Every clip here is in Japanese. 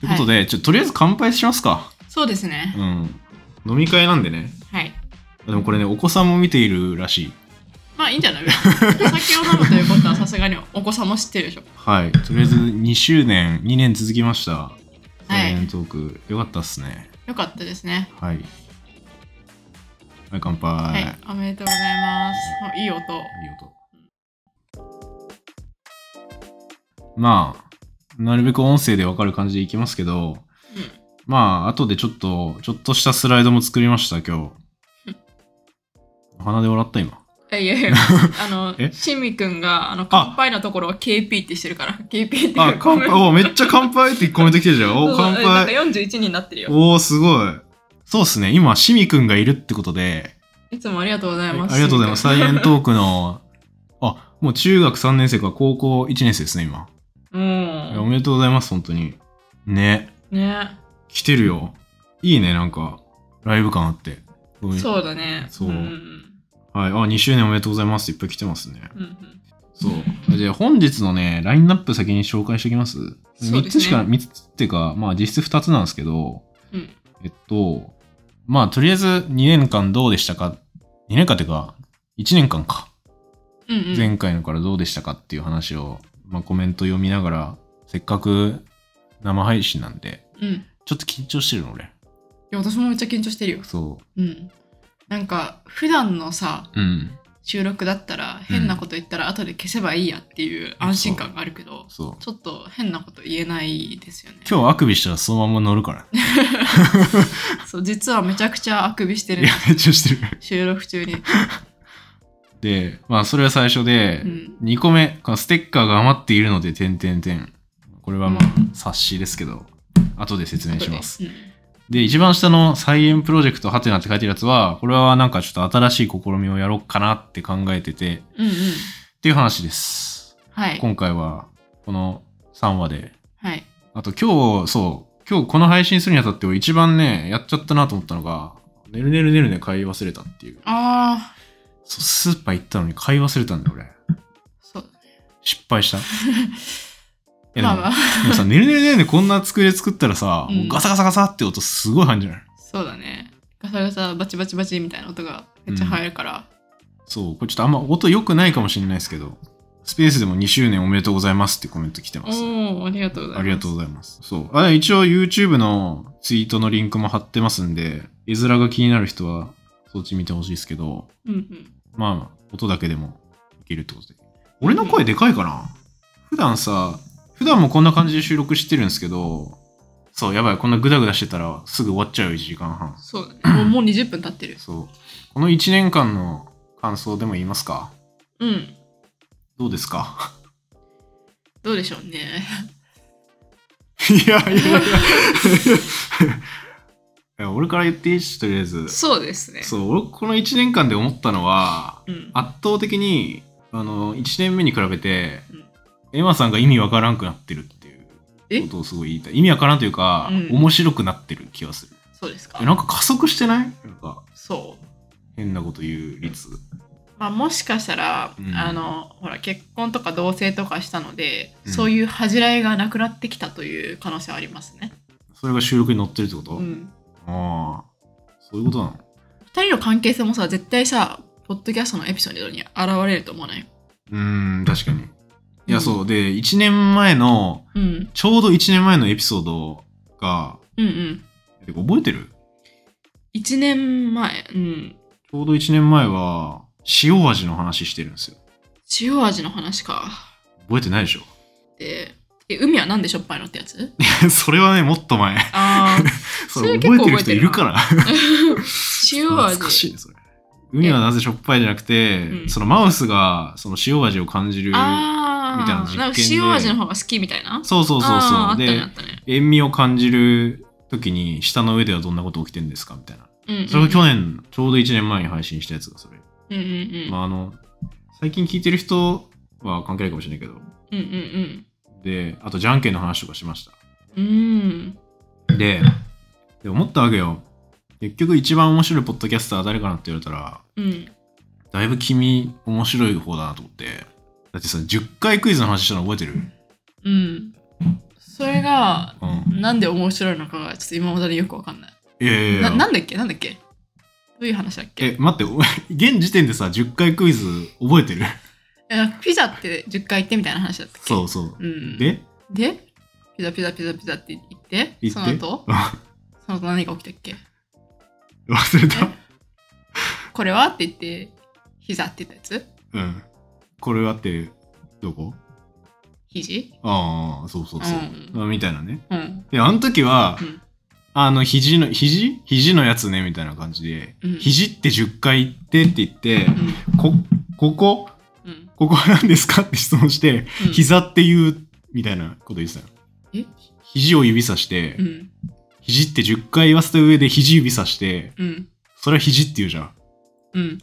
ということで、ちょとりあえず乾杯しますか。そうですね。うん。飲み会なんでね。はい。でもこれね、お子さんも見ているらしい。まあいいんじゃない お酒を飲むということはさすがにお子さんも知ってるでしょ。はい。とりあえず2周年、2年続きました。サイレントーク、よかったっすね。よかったですね。はい。はい、乾杯。はいいい。おめでとうございます。あいい音。音。まあ、なるべく音声でわかる感じでいきますけど、まあ、後でちょっと、ちょっとしたスライドも作りました、今日。お鼻で笑った、今。うん。いや いやいや、あの、えしみくんが、あの、乾杯のところを KP ってしてるから。KP っていうあ、乾 ごめ杯。んお、めっちゃ乾杯ってコメント来てるじゃん。お、そうそう乾なんか杯。 41人になってるよ。おー、すごい。そうっすね。今、シミくんがいるってことで、いつもありがとうございはまいす。ありがとうございます。しみサイエントークの、あ、もう中学3年生から高校1年生ですね、今。くん。いやおうん。めでとうございます、本当に。ね、ね。来てるよ。いいね、なんか、ライブ感あって。ごめんそうだね。そうんはい、あ、2周年おめでとうございますっていっぱい来てますね。うんうんそう。で、本日のね、ラインナップ先に紹介しておきます。そう三ですつねしか、三つっていうか、まあ実質二つなんですけど、うんえっと、まあとりあえず2年間どうでしたか、2年間っていうか、1年間か、うんうん。前回のからどうでしたかっていう話を、まあコメント読みながら、せっかく生配信なんで、うん。いちょっと緊張してるの俺。や、私もめっちゃ緊張してるよ。そうん。なんか、普段のさ、う。うん。収録だったら変なこと言ったら後で消せばいいやっていう安心感があるけど、そう。ちょっと変なこと言えないですよね。今日あくびしたらそのまま乗る から。そう実はめちゃくちゃあくびしているや、めっちゃしてる。収録中に。で、まあそれは最初で、うん2個目、このステッカーが余っているので、点点点。これはまあうん、冊子ですけど、後で説明します。後でで、一番下の菜園プロジェクトハテナって書いてるやつは、これはなんかちょっと新しい試みをやろうかなって考えてて、うん、うんうんっていう話です。はい。今回は、この3話で。はい。あと今日、そう、今日この配信するにあたって俺一番ね、やっちゃったなと思ったのが、ねるねるねるね買い忘れたっていう。ああ、そうスーパー行ったのに買い忘れたんだよ俺。そうだね。失敗 した。いやでもまあまあ、でもさ、ねるねるねるねこんな机作ったらさ、うんもうガサガサガサって音すごい入るんじゃないそうだね。ガサガサバチバチバチみたいな音がめっちゃ入るから。そう、これちょっとあんま音良くないかもしれないですけど、スペースでも2周年おめでとうございますってコメント来てます。おお、ありがとうございます。ありがとうございます。そう。あ、一応 YouTube のツイートのリンクも貼ってますんで、絵面が気になる人はそっち見てほしいですけど、うんうん。まあ、音だけでもいけるってことで。俺の声でかいかな普段さ、普段もこんな感じで収録してるんですけど、そう、やばい、こんなグダグダしてたらすぐ終わっちゃうよ、1時間半。そうだね。もうもう20分経ってる。そう。この1年間の感想でも言いますかうん。どうですか どうでしょうね。いやいや いやいや。俺から言っていいし、とりあえず。 そうですね。そう、俺この1年間で思ったのは、うん。圧倒的に、あの、1年目に比べてうん、エマさんが意味わからんくなってるっていえうことをすごい言いたい。意味わからんというか、うん面白くなってる気がする。そうですかえ。なんか加速してないなんかそう。変なこと言う率。まあ、もしかしたら、うんあのほら結婚とか同棲とかしたので、うんそういう恥じらいがなくなってきたという可能性はありますね。それが収録に載ってるってこと、うん、ああ、そういうことなの2人の関係性もさ絶対さポッドキャストのエピソードに現れると思わない、うーん、確かに。いうや、んそう。で、1年前の、うん、ちょうど1年前のエピソードが、うんうんてか覚えてる1年前、うん、ちょうど1年前は、塩味の話してるんですよ。塩味の話か覚えてないでしょ でえ海はなんでしょっぱいのってやつそれはね、もっと前。 あーそそれれ結覚構えてる人いるから。塩味懐かしいね、それ。海はなぜしょっぱいじゃなくて、うんそのマウスが、その塩味を感じる。みたいな実ああ験でなんか塩味の方が好きみたいなそうそうそうあーあそっう。たねあでっ、たね塩味を感じる時に、舌の上ではどんなこと起きてるんですかみたいな。うんうんそれが去年、ちょうど1年前に配信したやつがそれ。うんうんうんまあ、あの、最近聞いてる人は関係ないかもしれないけど。うんうんで、あと、じゃんけんの話とかしました。うんうんで、で思ったわけよ。結局一番面白いポッドキャスターは誰かなって言われたら、うんだいぶ君面白い方だなと思って。だってさ、10回クイズの話したの覚えてるうん。それがうん。なんで面白いのかがちょっと今までによくわかんない。いやいやいなや。なんだっけなんだっけどういう話だっけえ、待って、お 前現時点でさ、10回クイズ覚えてるえピザって10回行ってみたいな話だったっけそうそう。うん、ででピザピザピザピザって言って行そっのて 後忘その後何が起きたっけれた。これはって言って膝って言ったやつうん。これはって、どこ肘ああ、そうそうそう。うあみたいなね。うんで、あの時は、うんあの、肘の、肘肘のやつね、みたいな感じで、うん肘って10回言ってって言って、うんこ、ここ、うんここは何ですかって質問して、うん膝って言う、みたいなこと言ってたよ。え肘を指さして、うん肘って10回言わせた上で肘指さして、うんそれは肘って言うじゃん。うん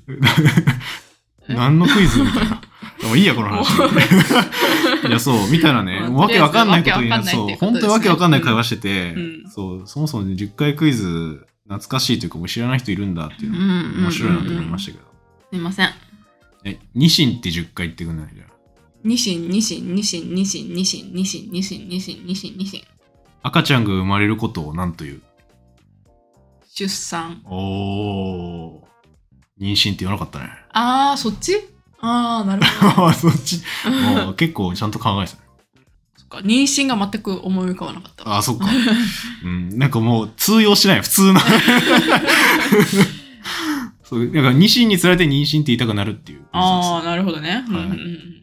え何のクイズみた いな。でもいいや、この話。 いや、そう、みたいなね、 まあわとりけあえずわかんないことになわけわかんないそう、っていうこと本です当ねにわけわかんない会話してて、うんそう、そもそもね10回クイズ、懐かしいというか、もう知らない人いるんだっていううの、ん面白いなと思いましたけど。たすいませんえ、ニシンって10回言ってくんないじゃん。ニシンニシンニシンニシンニシンニシンニシンニシンニシンニシン赤ちゃんが生まれることを何という出産おー。妊娠って言わなかったね。あーそっちあーなるほ どああ、そっち。もう結構ちゃんと考えてたね。そっか妊娠が全く思い浮かばなかったああ、そっか。 うん、なんかもう通用しない、普 通な。そう、だから、ニシンにつられて妊娠って言いたくなるっていう。ああ、なるほどね。うんはいうんうん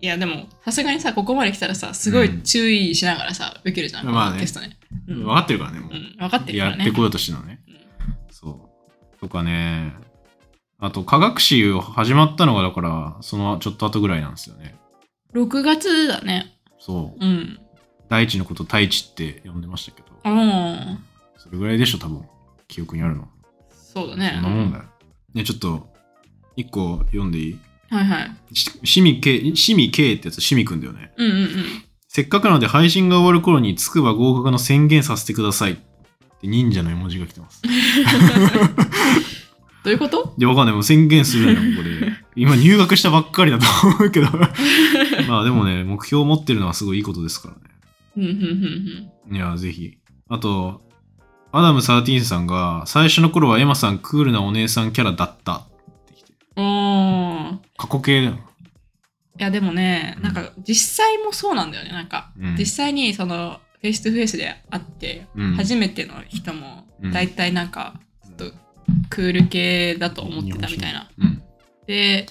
いや、でも、さすがにさ、ここまで来たらさ、すごい注意しながらさ、受けるじゃん、まあねこのテストね。う分んかってるからね、もう。うん分かってるかやらっね。てこようとしてるのね。そう。とかね。あと、科学史を始まったのが、だから、そのちょっと後ぐらいなんですよね。うん6月だね。そう。うん。大地のこと、大地って呼んでましたけど、うん。それぐらいでしょ、多分。記憶にあるの。そうだそんなもんね。だよ。ね、ちょっと、一個読んでいいはいはい。しシミケ、シミケってやつ、シミくんだよね。うんうんせっかくなので配信が終わる頃につくば合格の宣言させてください。って忍者の絵文字が来てます。うん。 どういうことで、わかんない。もう宣言するんだ、ここで。今入学したばっかりだと思うけど。 まあでもね、目標を持ってるのはすごいいいことですからうんうんうんうん。ね。いや、ぜひ。あと、アダム13さんが、最初の頃はエマさんクールなお姉さんキャラだった。って来てるおー過去形だよ。いやでもね、なんか実際もそうなんだよね。なんか、うん実際にそのフェイストゥフェイスで会って、うん初めての人もうん大体なんかちょっとクール系だと思ってたみたいな。うん。で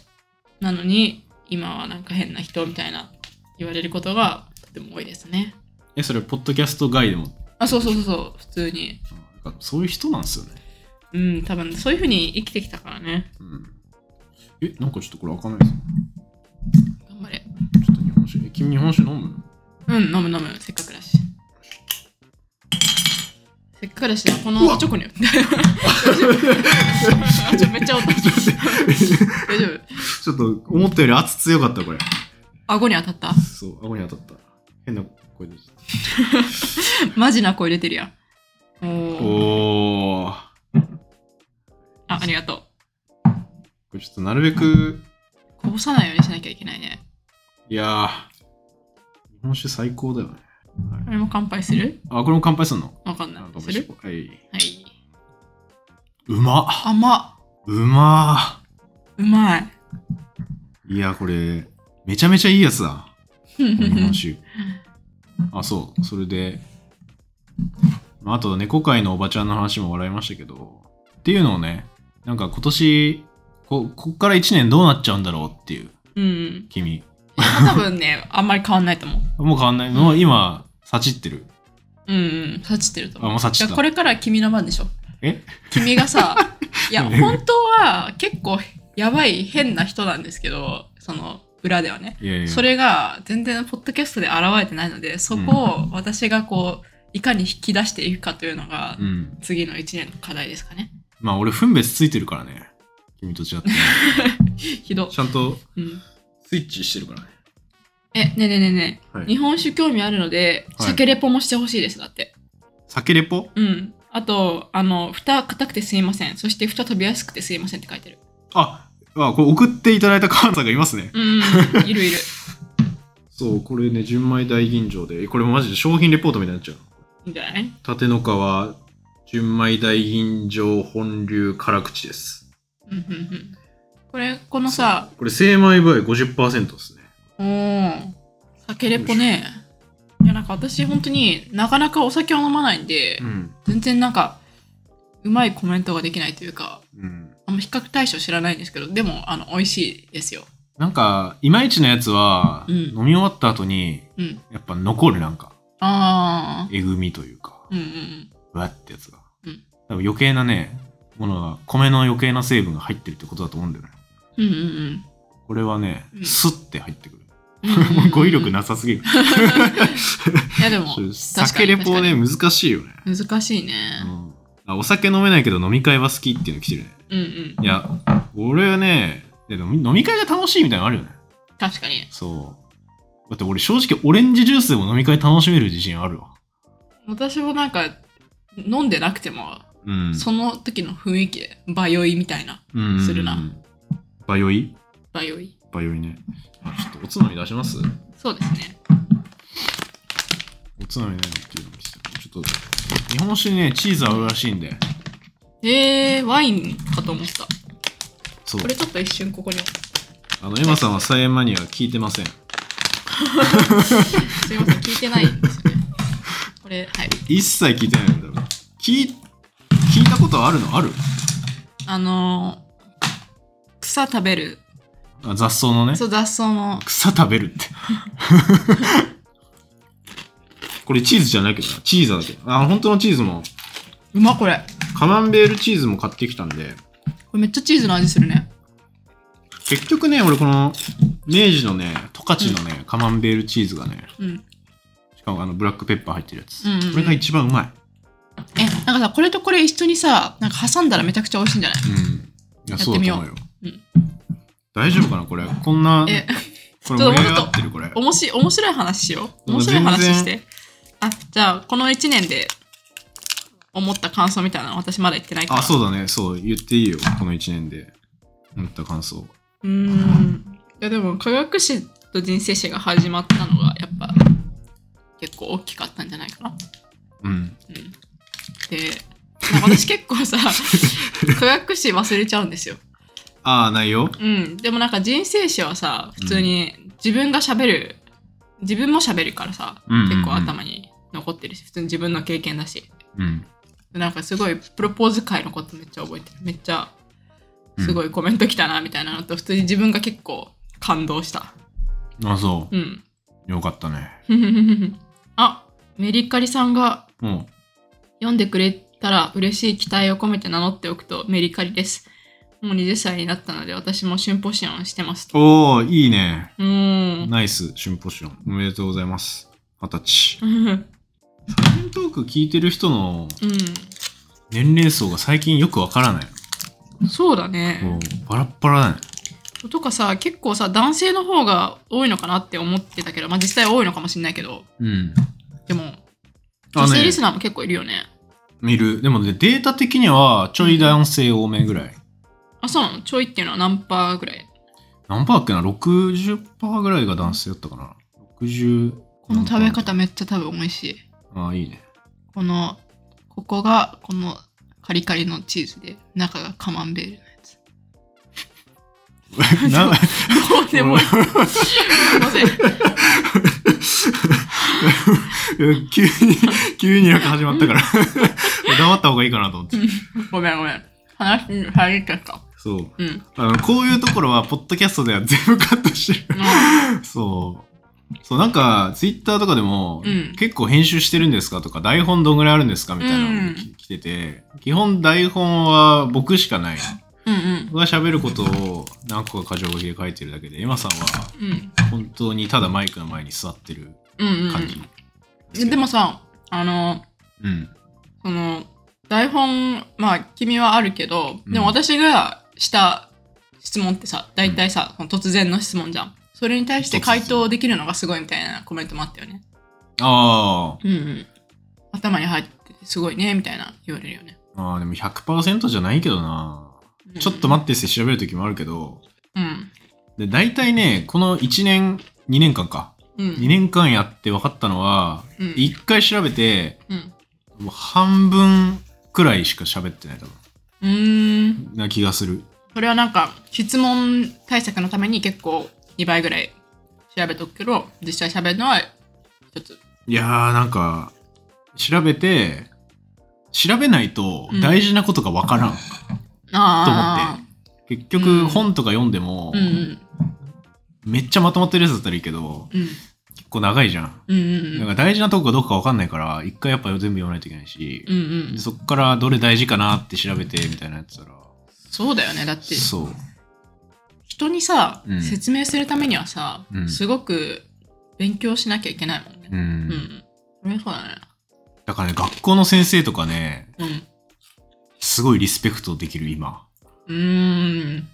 なのに今はなんか変な人みたいな言われることがとても多いですね。え、それ、ポッドキャスト外でも、あそうそうそうそう普通に。なんかそういう人なんですよね。うん多分そういうふうに生きてきたからね。うん。え、なんかちょっとこれ開かないです頑張れ。ちょっと日本酒。え君日本酒飲む うん飲む飲むせっかくだし。せっかくだしなこのおチョコに。 ちょめっちゃ音大丈夫。ちょっと思ったより圧強かったこれ。顎に当たったそう、顎に当たった。変な声出ちゃっマジな声出てるやん。おた。ーおー。あ、ありがとう。これちょっとなるべく、こぼさないようにしなきゃいけないね。いやー、日本酒最高だよね。これも乾杯するあ、これも乾杯すんのわかんあな乾い。す杯しるようはい。はい。うまっ甘うまうまい。ーいや、これ、めちゃめちゃいいやつだ。この日本 酒。あ、そう、それで、まあ、あと猫界のおばちゃんの話も笑いましたけど、っていうのをね、なんか今年、ここっから1年どうなっちゃうんだろうっていう、うん。君。多分ね、あんまり変わんないと思う。もう変わんない。もう今、さちってる。うんうん。察知ってると思う。あもう察知っただからこれから君の番でしょ。え君 がさ、いや、ね本当は結構やばい変な人なんですけど、その裏ではね。いやいや。それが全然ポッドキャストで現れてないのでそこを私がこういかに引き出していくかというのがうん。次の1年の課題ですかね。まあ、俺、分別ついてるからね。君と 違って。ひど。ちゃんとうん、スイッチしてるからね。えねえねえねえねはえ日い。本酒興味あるのではい酒レポもしてほしいですだって。酒レポうん。あとあの蓋硬くてすいませんそして蓋飛びやすくてすいませんって書いてる。あ、あこれ送っていただいたカーンさんがいますね。うんいるいる。そう、これね、純米大吟醸で、これマジで商品レポートみたいになっちゃう。いいんじゃない立の川純米大吟醸本流辛口です。うんうんうん。これ、このさ、これ精米部合50%ですね。おー、酒レポね。いや、なんか私、本当になかなかお酒を飲まないんで、うん。全然なんか、うまいコメントができないというか、うん。あんま比較対象知らないんですけど、でも、あの、美味しいですよ。なんか、いまいちのやつは、うん飲み終わった後に、うん。やっぱ残るなんか、あえぐみというか、ー。うんうんうわってやつが。うん多分余計なね、ものが、米の余計な成分が入ってるってことだと思うんだよね。うん。うんうんこれはねう、んスッて入ってくる。 うんうん。語彙力なさすぎる。、いや、でも酒レポね、確かに難しいよね。確かに難しいね。うんあお酒飲めないけど飲み会は好きっていうの来てるね。うんうんい。や、俺はね、いやでも飲み会が楽しいみたいなのあるよね。確かに。そう。だって俺正直オレンジジュースでも飲み会楽しめる自信あるわ。私もなんか、飲んでなくても、うん。その時の雰囲気で、バヨイみたいな。うんうんうんするな。バヨイバヨイ。バヨイね。あ、ちょっとおつまみ出しますそうですね。おつまみ何っていうのも来てるちょっと、日本酒にね、チーズ合うらしいんで。えー、ワインかと思った。そうこ。れちょっと一瞬ここに。すあの、エマさんは菜園マニア聞いてません。いません、聞いてないんです よね。これ、はい。一切聞いてないんだろ。聞い、聞いたことあるのあるあのー、草食べる。あ雑草のね。そう、雑草の。草食 べるって。これチーズじゃないけどな。チーズだけど。あ、本当のチーズも、うま、これ。カマンベールチーズも買ってきたんで、これめっちゃチーズの味するね。結局ね、俺この、明治のね、十勝のね、カマンベールチーズがね、うん。しかもあの、ブラックペッパー入ってるやつ。うんうんうんこれが一番うまい。え、なんかさ、これとこれ一緒にさ、なんか挟んだらめちゃくちゃ美味しいんじゃないうん。いや、やっそうだてみとよう思うよ。うん大丈夫かなこれ。こんな、え、これち盛ょっとり上がってるこれ。おもし面白い話しよう。も面う白い全然話して。あ、じゃあ、この1年で思った感想みたいなの私まだ言ってないから。。あ、そううだね。そう、言っていいよ。この一年で。思った感想。うーん。いや、でも、科学史と人生史が始まったのが、やっぱ、結構大きかったんじゃないかな。うん。うん。で、なんか私結構さ、科学史忘れちゃうんですよ。ああ、内容うん。でもなんか人生史はさ、普通に自分が喋る、自分も喋るからさ、うんうんうん結構頭に残ってるし、普通に自分の経験だし。うん。なんかすごいプロポーズ会のことめっちゃ覚えてるめっちゃうんすごいコメント来たなみたいなのと、普通に自分が結構感動したあ、そう。うんよかったね。 あメリカリさんがも読んでくれたら嬉しい期待を込めて名乗っておくとメリカリですもう20歳になったので私もシンポシアンしてますう。おおいいね。うーん ナイス、シンポシオン。おめでとうございます。二十歳。サイレントーク聞いてる人のう年齢層が最近よくわからない。んそうだもねうバラッバラだね。とかさ結構さ男性の方が多いのかなって思ってたけどまあ実際多いのかもしれないけどうん。でもあ女性ねリス、ナーも結構いるよね見る。でもね、データ的にはちょい男性多めぐらい。あ、そうなのちょいっていうのは何パーぐらい何パーだっけな ?60% ぐらいが男性だったかな。60。この食べ方。めっちゃ多分美味しい。ああ、いいね。この、ここがこのカリカリのチーズで、中がカマンベールのやつ。な ど うでもいい。すいません。いや急に、急になんか始まったから。黙った方がいいかなと思って。ごめんごめん。話に入りちゃった。そう。うん。あの、こういうところは、ポッドキャストでは全部カットしてる。そう。そう、なんか、ツイッターとかでも、うん結構編集してるんですかとか、台本どんぐらいあるんですかみたいなのがきう来てて、基本台本は僕しかない。うんうん僕が喋ることを何個か箇条書きで書いてるだけで、エマさんはうん。本当にただマイクの前に座ってるうんうん感じ。うん。でもさ、あの、うん。その、台本、まあ、君はあるけど、でもうん私がした質問ってさ、大体さ、その突然の質問じゃん。それに対して回答できるのがすごいみたいなコメントもあったよね。あうんうん。頭に入っててすごいね、みたいな言われるよね。あ、ああ、でも100%じゃないけどな。ちょっと待ってって調べる時もあるけど、って。うん。で、大体ね、この1年、2年間か。うん。 2年間やって分かったのは、うん1回調べて、うん。もう半分くらいしか喋ってない、多うーん。分。な気がする。それはなんか、質問対策のために結構2倍ぐらい調べとくけど、実際喋るのは一つ。いやー、なんか、調べて、調べないとうん大事なことが分からん。あ結う局、ん本とか読んでも、あ。うんうん。めっちゃまとまってるやつだったらいいけど、うん。結構長いじゃん。うんだうんから大事なとこがどこか分かんないから、一回やっぱ全部読まないといけないし、うん。うんうんで。そっからどれ大事かなって調べてみたいなやつだら、そうだよね。だって、そう。人にさ、うん説明するためにはさ、うんすごく勉強しなきゃいけないもんね。ううんん。それそうだね。だからね、学校の先生とかね、うん。すごいリスペクトできる今。うーん。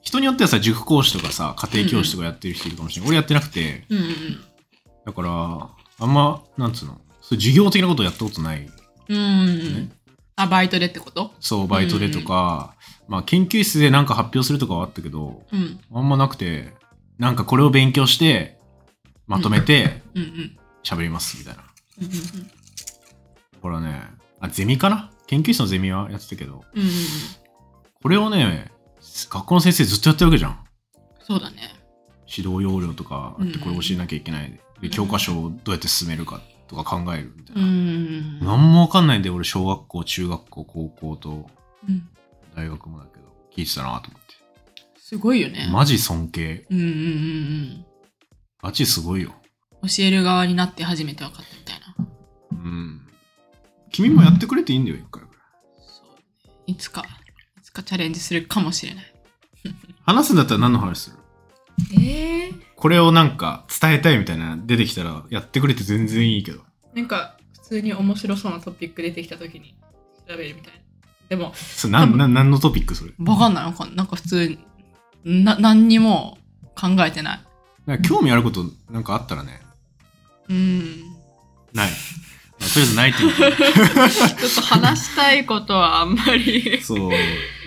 人によってはさ、塾講師とかさ、家庭教師とかやってる人いるかもしれない。俺やってなくて、うんうんだから、あんま、なんつうの、そう授業的なことやったことない。うん。うんうんうねん。あ、バイトでってことそう、バイトでとか、まあ、研究室でなんか発表するとかはあったけど、うん。あんまなくて、なんかこれを勉強して、まとめてうんうん。喋ります、みたいな。うんうんこれはね、あ、ゼミかな研究室のゼミはやってたけど、うん。うんうんうん。これをね、学校の先生ずっとやってるわけじゃん。そうだね。指導要領とかあってうんこれ教えなきゃいけないで,、うん教科書をどうやって進めるかとか考えるみたいうな、ん。何もわかんないんで俺小学校中学校高校とうん大学もだけど聞いてたなと思っすごいよて、ね。マジ尊敬うんうんうんマジすごいようん。教える側になって初めて分かったみたいな。うん君もやってくれていいんだよ一回ぐらいそう。いつか、いつかチャレンジするかもしれない。話すんだったら何の話するええこれをなんか伝えたいみたいな出てきたらやってくれて全然いいけどなんか普通に面白そうなトピック出てきた時に調べるみたいな。でも、それなんなん何のトピックそれわかんないわかんない。なんか普通に、な、何にも考えてない。なんか興味あることなんかあったらねうん。ない、まあとりあえずないって言うけど ちょっと話したいことはあんま り。そう、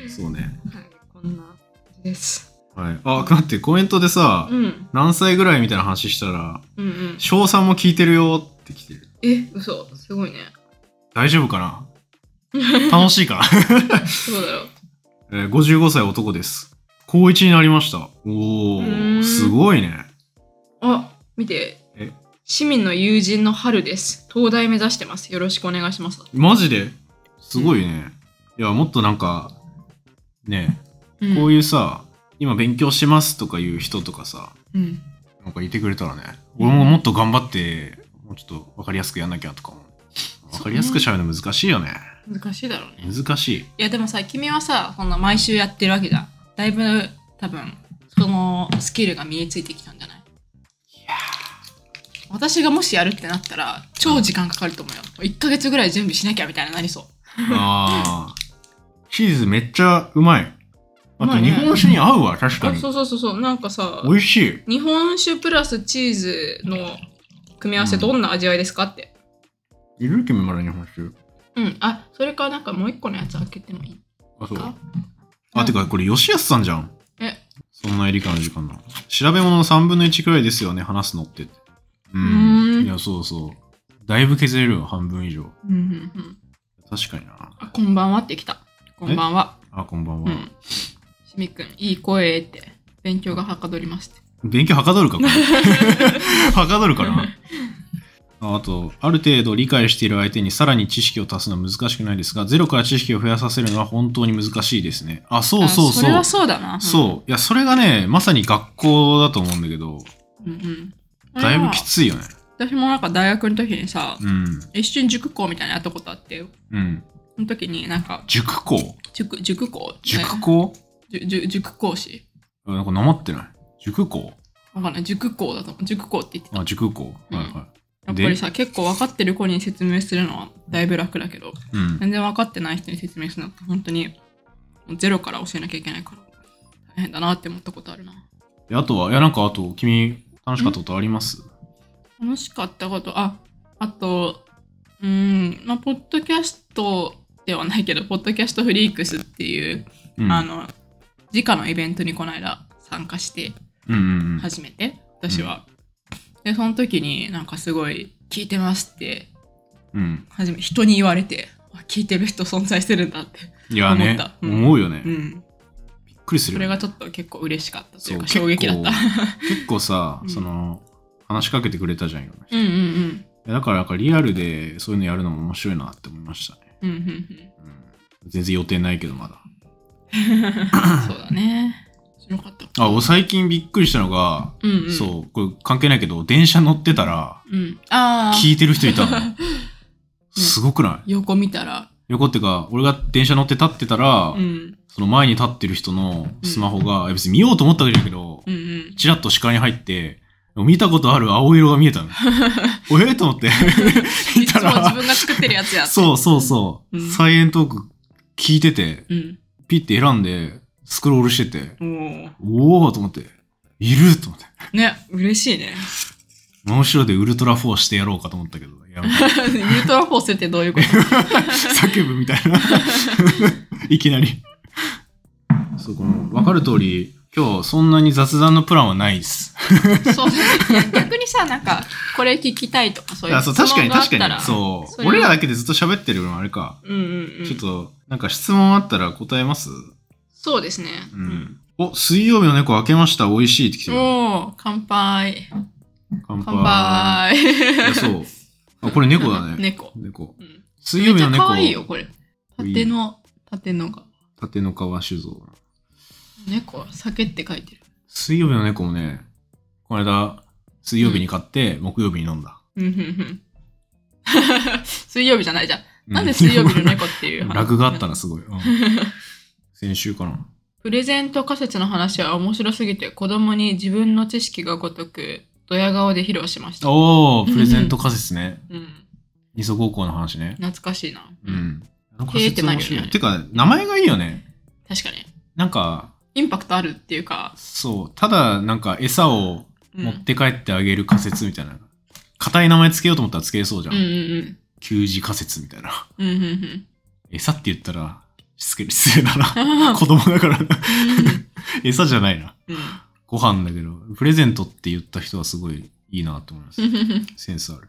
そうね。はい、こんな感じです。はい。あ、待って、コメントでさ、うん。何歳ぐらいみたいな話したら、うんうん。翔さんも聞いてるよって来てる。え、嘘。すごいね。大丈夫か な楽しいかそうだよ。な、えー ?55 歳男です。高1になりました。おうーー、んすごいね。あ、見てえ。市民の友人の春です。東大目指してます。よろしくお願いします。マジですごいね。いや、もっとなんか、ねえ、こういいうさ、今勉強してますとかいう人とかさ、うん。うん。なんかいてくれたらね、俺ももっと頑張って、もうちょっと分かりやすくやんなきゃとか思う。そうね分かりやすく喋るの難しいよね。難しいだろうね。難しい。いやでもさ君はさそんな毎週やってるわけじゃんだいぶ多分そのスキルが身についてきたんじゃない私がもしやるってなったら超時間かかると思うよ1ヶ月ぐらい準備しなきゃみたいななりそうああ。チーズめっちゃうまい。あとうまいね日本酒に合うわ、確かあにそ。うそうそうそうなんかさ美味しい。日本酒プラスチーズの組み合わせどんな味わいですかっている君まだ日本酒。うん、あそれかなんかもう一個のやつ開けてもいいあ、そうか。あ、てかこれ吉安さんじゃん。えそんなエリカの時間なの。調べ物の3分の1くらいですよね、話すのって。ううーん。んいや、そうそう。だいぶ削れるよ、半分以上。うんうんうん確かにな。あこんばんはってきたこんばんはあ、こんばんうは。んしみくんいい声って勉強がはかどりまして勉強はかどるかこれ はかどるかなああと、ある程度理解している相手にさらに知識を足すのは難しくないですが、ゼロから知識を増やさせるのは本当に難しいですね。あ、そうそうあそう。それはそうだな。そういや、それがね、まさに学校だと思うんだけど、うん。うんうん。だいぶきい。ついよね。私もなんか大学の時にさ、うん。一瞬塾校みたいなのやったことあって、うん。その時になんか、塾校塾、塾校塾校、じゅじゅ塾講師うんなんかなまってない。塾校わかんない。塾校だと思う。塾校って言ってた。あ、塾校。うんはいはやっでぱりさ、結構分かってる子に説明するのはだいぶ楽だけど、い。うん。全然分かってない人に説明するのって本当にもうゼロから教えなきゃいけないから、大変だなって思ったことあるな。であとは、いや、なんかあと、君、楽しかったことあります楽しかったこと、あ、あと、うーん、まあ、ポッドキャストではないけど、ポッドキャストフリークスっていう、うん。あの、直のイベントにこの間参加して、うんうんうん。初めて、私は、で、その時になんかすごい聞いてますって、うん。はじめ人に言われて、あ聞いてる人存在してるんだって。いや思っねた、うん思うよね。うびっん。くりするそよれね。がちょっと結構嬉しかったとそいううか、結構衝撃だった。結構さ う、んその、話しかけてくれたじゃん、いろんな人うんうんうん。だから、なんかリアルでそういうのやるのも面白いなって思いましたね。うんうん うん。うん、全然予定ないけど、まだ。そうだね。面白かった。あ、お最近びっくりしたのが、うんうん。そう、これ関係ないけど、電車乗ってたら、う。うん。ああ。聞いてる人いたの。すごくない横見たら。横ってか、俺が電車乗って立ってたら、うん。その前に立ってる人のスマホが、いや別に見ようと思ったわけじゃないけど、うんうん。チラッと視界に入って、見たことある青色が見え たの。おえーと思って。い見つたも自ら、分が作ってるやつやって。そうそうそう、うんサイエントーク聞いてて、うん。ピッて選んで、スクロールしてて、おーおおと思って、いると思って。ね、嬉しい ね。真後ろでウルトラ4してやろうかと思ったけど、やめたユートラフォースってどういうこと 叫ぶみたいな。いきなり。そう、この、わかる通り、今日そんなに雑談のプランはないです。 そうだね逆にさ、なんか、これ聞きたいとか、そういうあそう、確かに質問があっ確たからに。そう。れは俺らだけでずっと喋ってるのあれか。うんうんうん。ちょっと、なんか質問あったら答えますそうですね。う。ん。お、水曜日の猫開けました。美味しいって来てる。おー、乾杯。乾乾杯。いや、そう。あ、これ猫だね。猫。猫。うん水め曜っ日ちゃの猫。可愛いよ、これ。縦の、縦のが。縦の川酒造。猫は酒って書いてる。水曜日の猫もね、この間、水曜日に買って、木曜日に飲んだ。うんうんうん。 水曜日じゃないじゃん。なんで水曜日 の猫っていううん話ラグがあったな、すごい。 うん先週かな。プレゼント仮説の話は面白すぎて子供に自分の知識がごとくドヤ顔で披露しました。おー、プレゼント仮説ね。うん、二足高校の話ね。懐かしいな。うん。あのへーってなるよねい。てか、名前がいいよね。確かに。なんか、インパクトあるっていうか、そう、ただ、なんか餌をうん、持って帰ってあげる仮説みたいな。硬い名前つけようと思ったらつけれそうじゃ。うんうんん給仕仮説みたいな。うん。うんうんうん。 餌餌って言ったら、しつける失礼だな。 うん子供だからな。餌じゃないな。うんご飯だけど、プレゼントって言った人はすごいいいなと思いますう。んうんセンスある。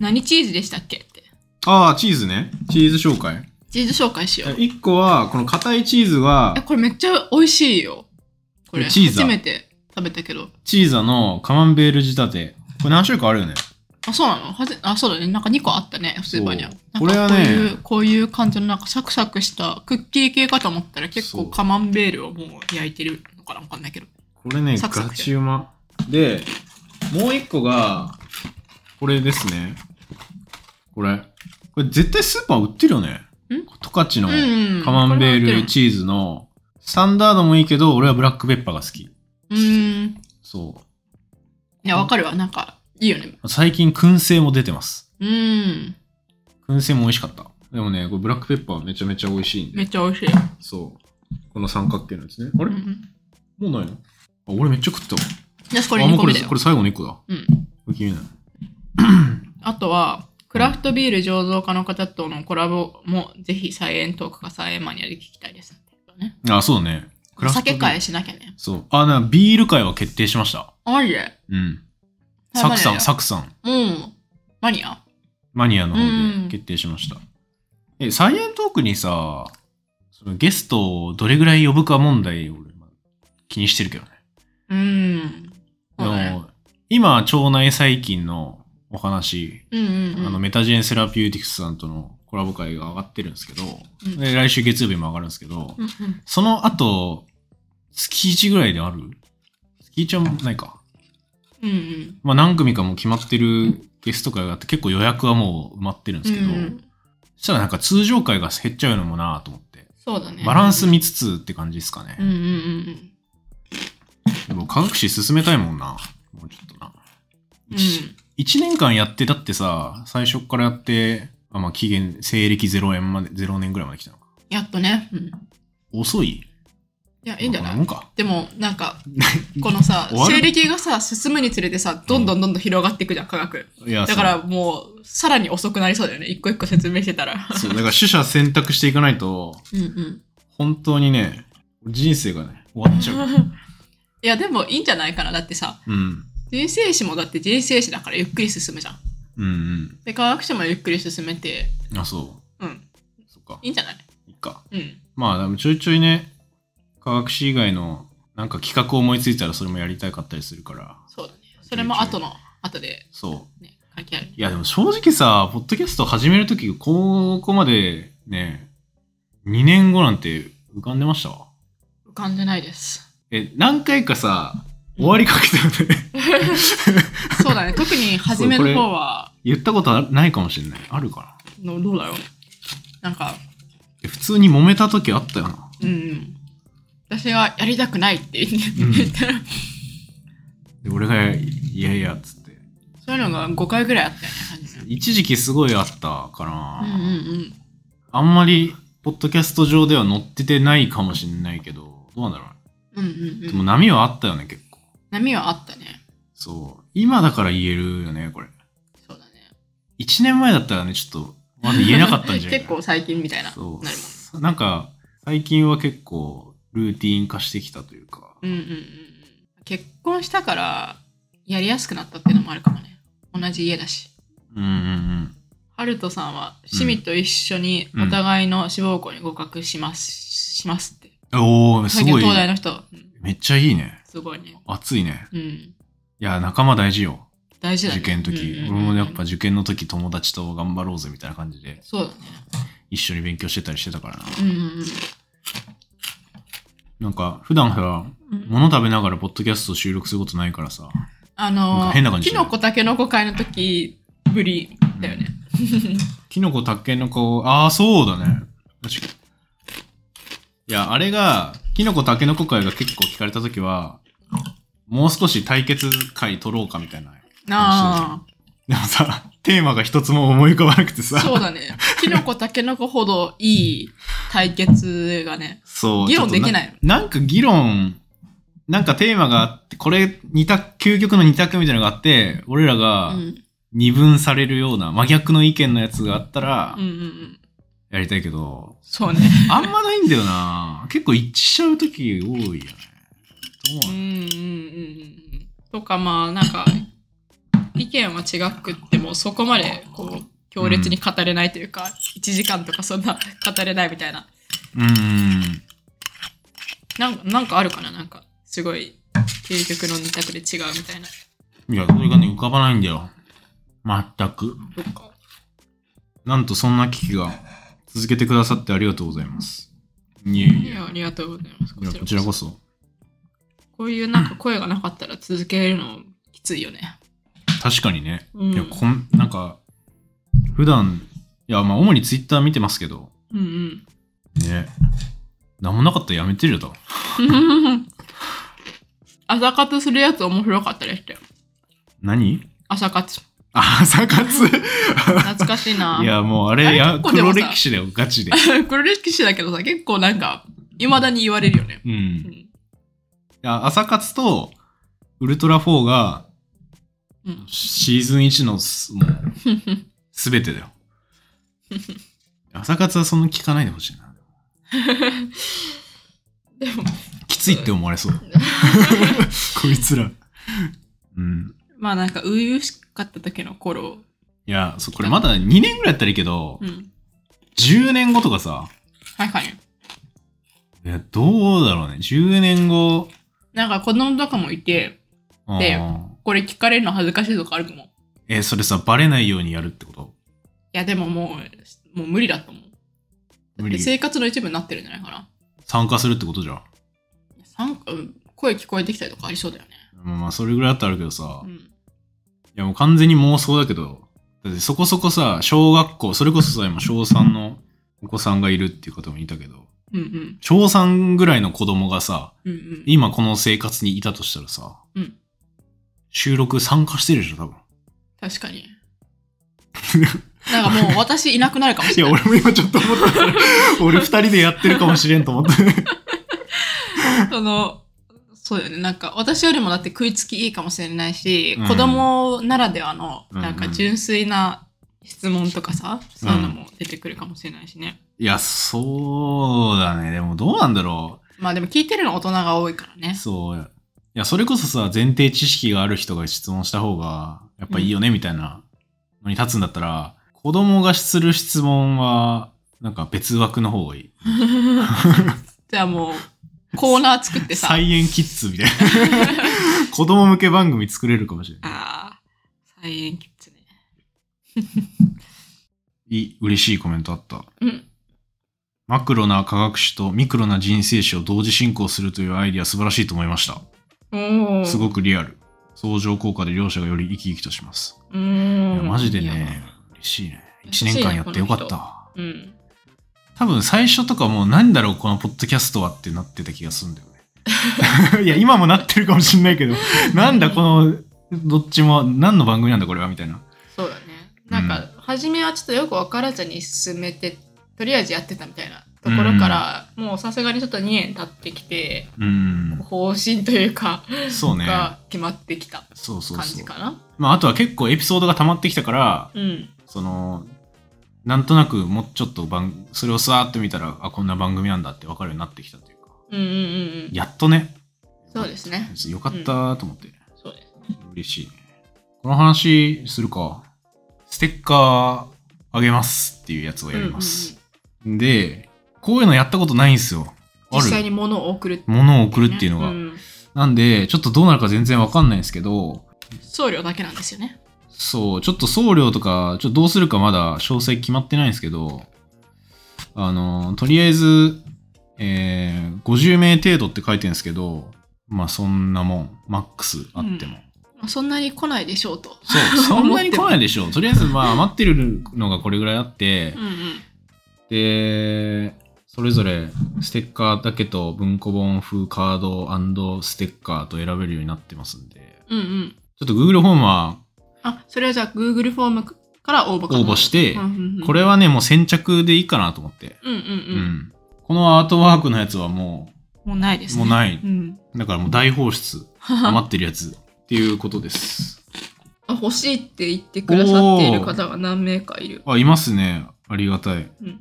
何チーズでしたっけって。ああ、チーズね。チーズ紹介。チーズ紹介しよう。 1個は、この硬いチーズはえ、、これめっちゃ美味しいよ。これ、チーズだ初めて食べたけど。チーザのカマンベール仕立て。これ何種類かあるよね。あ、そうなのはじあ、そうだね。なんか2個あったね、スーパーにはそう。なんかこれはねこういう、こういう感じのなんかサクサクしたクッキー系かと思ったら結そ構うカマンベールをもう焼いてるのかなわかんないけど。これね、サクサクガチうま。で、もう1個が、これですね。これ。これ絶対スーパー売ってるよねん。十勝のうんうん。カマンベールーチーズの、スタンダードもいいけど、俺はブラックペッパーが好き。うーん。いそう。や、わかるわ。なんか、いいよね。最近燻製も出てます。うーん。燻製も美味しかった。でもね、これブラックペッパーめちゃめちゃ美味しいんめで。っちゃ美味しい。そう。この三角形のやつね。あうれんうもん。うないのあ、俺めっちゃ食ったわ。私これあ、 2もう個こ目れ、だよこ。れ最後の一個だ。うん。不気味なの。あとは、クラフトビール醸造家の方とのコラボも、ぜひ、サイエントークかサイエンマニアで聞きたいです。ね、あ、そうだね。クラフトビー酒ル会しなきゃね。そう。あ、なビール会は決定しました。あマジでうん。サクさん、ササクさん、ク。うん。マニアマニアの方うんで決定しました。え、サイエントークにさ、そのゲストをどれぐらい呼ぶか問題、俺、まあ気にしてるけどね。うん。そうだあねの今、腸内細菌のお話、うんうんあうのん。メタジェンセラピューティクスさんとのコラボ会が上がってるんですけど、うんで来週月曜日も上がるんですけど、うんうんその後、月1ぐらいである月1はないか。うんうん。まあ、何組かもう決まってるゲスト会があって結構予約はもう埋まってるんですけど、うんうんそしたらなんか通常会が減っちゃうのもなぁと思ってそうだね。バランス見つつって感じですかね、うんうんうんうん。でも科学史進めたいもんなもうちょっとなうん 1,、一年間やってだってさ最初っからやってあまあ期限西暦0円まで0年ぐらいまで来たのかやっとね。うん。い遅いや、いいんじゃまあなこもんいかでも、なん か、このさ、終わる西暦がさ、進むにつれてさ、どんどんどんどん広がっていくじゃん、科学。いやだからもう、さらに遅くなりそうだよね。一個一個説明してたら。そうそうだから取捨選択していかないとうんうん。本当にね人生がね終わっちゃう いや、でもいいんじゃないかな。だってさ、うん人生史もだって人生史だからゆっくり進むじゃん。うんで、科学史もゆっくり進めて、うん。あ、そうん、う。そっか。いいんじゃないいっか。うん。まあ、でもちょいちょいね、科学史以外のなんか企画を思いついたらそれもやりたかったりするから。そうだね。それも後の、後でそう。ね、書きある。いや、でも正直さ、ポッドキャスト始めるとき、ここまでね、2年後なんて浮かんでましたわ浮かんでないです。え、何回かさ、終わりかけたよね。そう だね。特に初めの方は、言ったことあないかもしれない。あるかな。のどうだろう。なんか、え普通に揉めたときあったよな。うん。私はやりたくないって言ってうん言ったら、で、俺が、いやいや、つって。 そういうのが5回ぐらいあったよね、感じで。一時期すごいあったかうな。んうんあんまり、ポッドキャスト上では載っててないかもしれないけど、どうなんだろうね。うん。うんうでんうもん。波はあったよね、結構。波はあったね。そう。今だから言えるよね、これ。そうだね。 1年前だったらね、ちょっと、まだ言えなかったんじゃない 結構最近みたいな。そなるう。なんか、最近は結構、ルーティン化してきたというか。うんうんうんうん。結婚したから、やりやすくなったっていうのもあるかもね。同じ家だし。うんうんうん。ハルトさんは、趣味と一緒にお互いの志望校に合格します、しますって。おー、す最近ごい。東大の人、うんめっちゃいいね。すごいね。熱いね。うん。いや、仲間大事よ。大事だね。受験の時。うん俺うんうんうんもやっぱ受験の時友達と頑張ろうぜみたいな感じで、そうだね。一緒に勉強してたりしてたからな。うんうんなんか、普段さ、うんうん。物食べながらポッドキャスト収録することないからさ。なあんのか変な感じキノコタケノコ会の時ぶりだよね。 キノコ、タケノコ、ああ、そうだね。確かに。いや、あれが、キノコ、タケノコ会が結構聞かれたときは、もう少し対決会取ろうかみたいな。あでもさ、テーマが一つも思い浮かばなくてあ、さ。そうだね。キノコタケノコほどいい対決がね。そう議論できないちょっとなんか議論、なんかテーマがあって、これ、二択、究極の二択みたいなのがあって、俺らうがん。二分されるような、真逆の意見のやつがあったらうんうんう、ん。やりたいけど、そうね。あんまないんだよな結構一致しちゃうとき多いよね。どううなんうんんうんうん。とかまあなんか、意見は違くってもそこまでこう強烈に語れないというか、1時間とかそんな 語れないみたいな。うん。なんかなんかあるかななんか、すごい究極の二択で違うみたいな。いや、それがね、浮かばないんだよ。全く。とか。なんとそんな危機が続けてくださってありがとうございます。いえいいえ。や、ありがとうございます。いや、こちらこそ。そ。こういうなんか声がなかったら続けるのきついよね。確かにね。うん。いや、こん、なんか、普段、いや、まあ、主にツイッター見てますけど、うんね。なんもなかったらやめてるよ、多分うん。 朝活するやつ面白かったでしたよ。何朝活。あ、朝活懐かしいな。いや、もうあれ、あれいや結構で黒もさ歴史だよ、ガチで。 黒歴史だけどさ、結構なんか、いまだに言われるよね。う。うんん。あ朝活とウルトラ4がうん、シーズン1のすもう全 てだよ。朝活はそんな聞かないでほしいな。でも、きついって思われ そう。こいつら。うん。まあなんか、初々しかった時の頃。いや、そうこれまだ2年ぐらいやったらいいけど、うん。 10年後とかさ、はいはい。いや、どうだろうね。10年後。なんか子供とかもいて、あーでこれ聞かれるの恥ずかしいとかあると思う。いえ、それさ、バレないようにやるってことや、でももう、もう無理だと思う。無で理。生活の一部になってるんじゃないかな。参加するってことじゃん。なんかうん声聞こえてきたりとかありそうだよね。まあまあ、それぐらいだったらあるけどさ、うん。いやもう完全に妄想だけど、だってそこそこさ、小学校、それこそさ、今小3のお子さんがいるっていう方もいたけど、うんうん。小3ぐらいの子供がさ、うんうん。今この生活にいたとしたらさ、うん収録参加してるでしょ、多分。確かに。なんかもう私いなくなるかもし いれや、ない。俺も今ちょっと思ったから。俺二人でやってるかもしれんと思って。その、そうだよね。なんか私よりもだって食いつきいいかもしれないし、うん子供ならではの、うんうんなんか純粋な質問とかさ、そういうのも出てくるかもしれないしね。いや、そうだね。でもどうなんだろまあでも聞いてるの大人が多いか らう。ね。そう。いや、それこそさ、前提知識がある人が質問した方が、やっぱいいよね、みたいなのに立つんだったら、子供がする質問は、なんか別枠の方がいい。じゃあもう、コーナー作ってさ。サイエンキッズみたいな。 子供向け番組作れるかもしれない。 ああ、菜園キッズね。いい、嬉しいコメントあった。うん。マクロな科学史とミクロな人生史を同時進行するというアイディア素晴らしいと思いました。おーすごくリアル。相乗効果で両者がより生き生きとします。ういーやん。マジでいいよねな。、嬉しいね。嬉し1いね年間やってよかこっの人た。うん。多分最初とかもう何だろうこのポッドキャストはってなってた気がするんだよね。いや今もなってるかもしんないけど なんだこのどっちも何の番組なんだこれはみたいな。そうだね。なんか、初めはちょっとよく分からずに進めて、とりあえずやってたみたいなところから、もうさすがにちょっと2年経ってきて、うん方針というか、そうね。が決まってきたそうそう感そじう。かな。まああとは結構エピソードが溜まってきたからうん。そのなんとなくもうちょっと番それをさーっと見たらあこんな番組なんだって分かるようになってきたというかうんうんうんうん。やっとねそうですね。よかったと思って。そうです。嬉しいね。この話するか。ステッカーあげますっていうやつをやります。で、こういうのやったことないんですよ。あ実際る。に物を送るっていうね物を送るっていうのが。んなんで、ちょっとどうなるか全然わかんないんですけど、送料だけなんですよね。そう、ちょっと送料とか、ちょっとどうするかまだ詳細決まってないんですけど、あの、とりあえず、えー50名程度って書いてるんですけど、まあそんなもん、マックスあっても。まあそんなに来ないでしょうと。そう、そんなに来ないでしょ。とりあえず、まあ、余ってるのがこれぐらいあってうん、うん。で、それぞれステッカーだけと文庫本風カードステッカーと選べるようになってますんで、うんうん。ちょっと Google フォームはあ、それはじゃあ Google フォームから応募かな応募してうん、うんうんこれはね、もう先着でいいかなと思って。うんうんううん。ん。このアートワークのやつはももうないですね。もうない うん。う、だからもう大放出、あ、余ってるやつっていうことです。欲しいって言ってくださっている方が何名かいる。あ、いますね。ありがたい。うんうん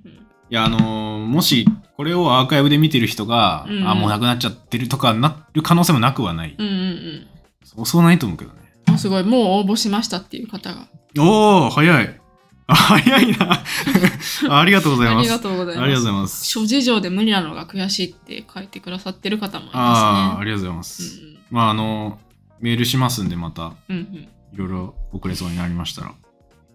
いや、あのーもし、これをアーカイブで見てる人が、うんあ、もうなくなっちゃってるとかなる可能性もなくはない。うんうんそうそうないと思うけどね。うん。あすごい、もう応募しましたっていう方が。おー、早い。あ早いな あ。ありがとうございあまりす。がとうございありがとうごます。ざいます。諸事情で無理なのが悔しいって書いてくださってる方もいああ、まありがとうございますす。ね。まあ、あのーメールしますんで、また、うんうんうんうん。いろいろ遅れそうになりましたら。は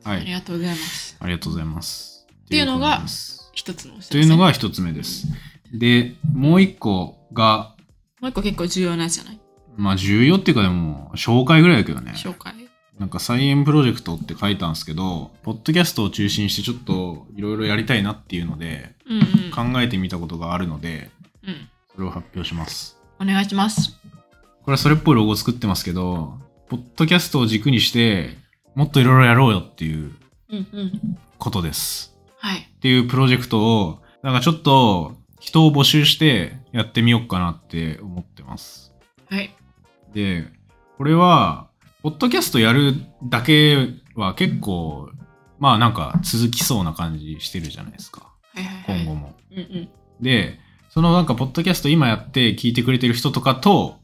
ありい。がとうございます。ありがとうございます。っていうのがとことです一つのお知らせというのが一つ目です。で、もう一個が、もう一個結構重要なやつじゃないまあ、重要っていうか、でも、紹介ぐらいだけどね。紹介。なんかサイエンプロジェクトって書いたんですけど、ポッドキャストを中心にしてちょっといろいろやりたいなっていうので、うんうん。考えてみたことがあるので、うんそれを発表します。お願いします。これはそれっぽいロゴ作ってますけど、ポッドキャストを軸にして、もっといろいろやろうよっていううんうん。ことです。はい。っていうプロジェクトを、なんかちょっと人を募集してやってみようかなって思ってます。はい。で、これは、ポッドキャストやるだけは結構、まあなんか続きそうな感じしてるじゃないですか、はいはいはい。今後も。うんうん。で、そのなんか、ポッドキャスト今やって聞いてくれてる人とかと、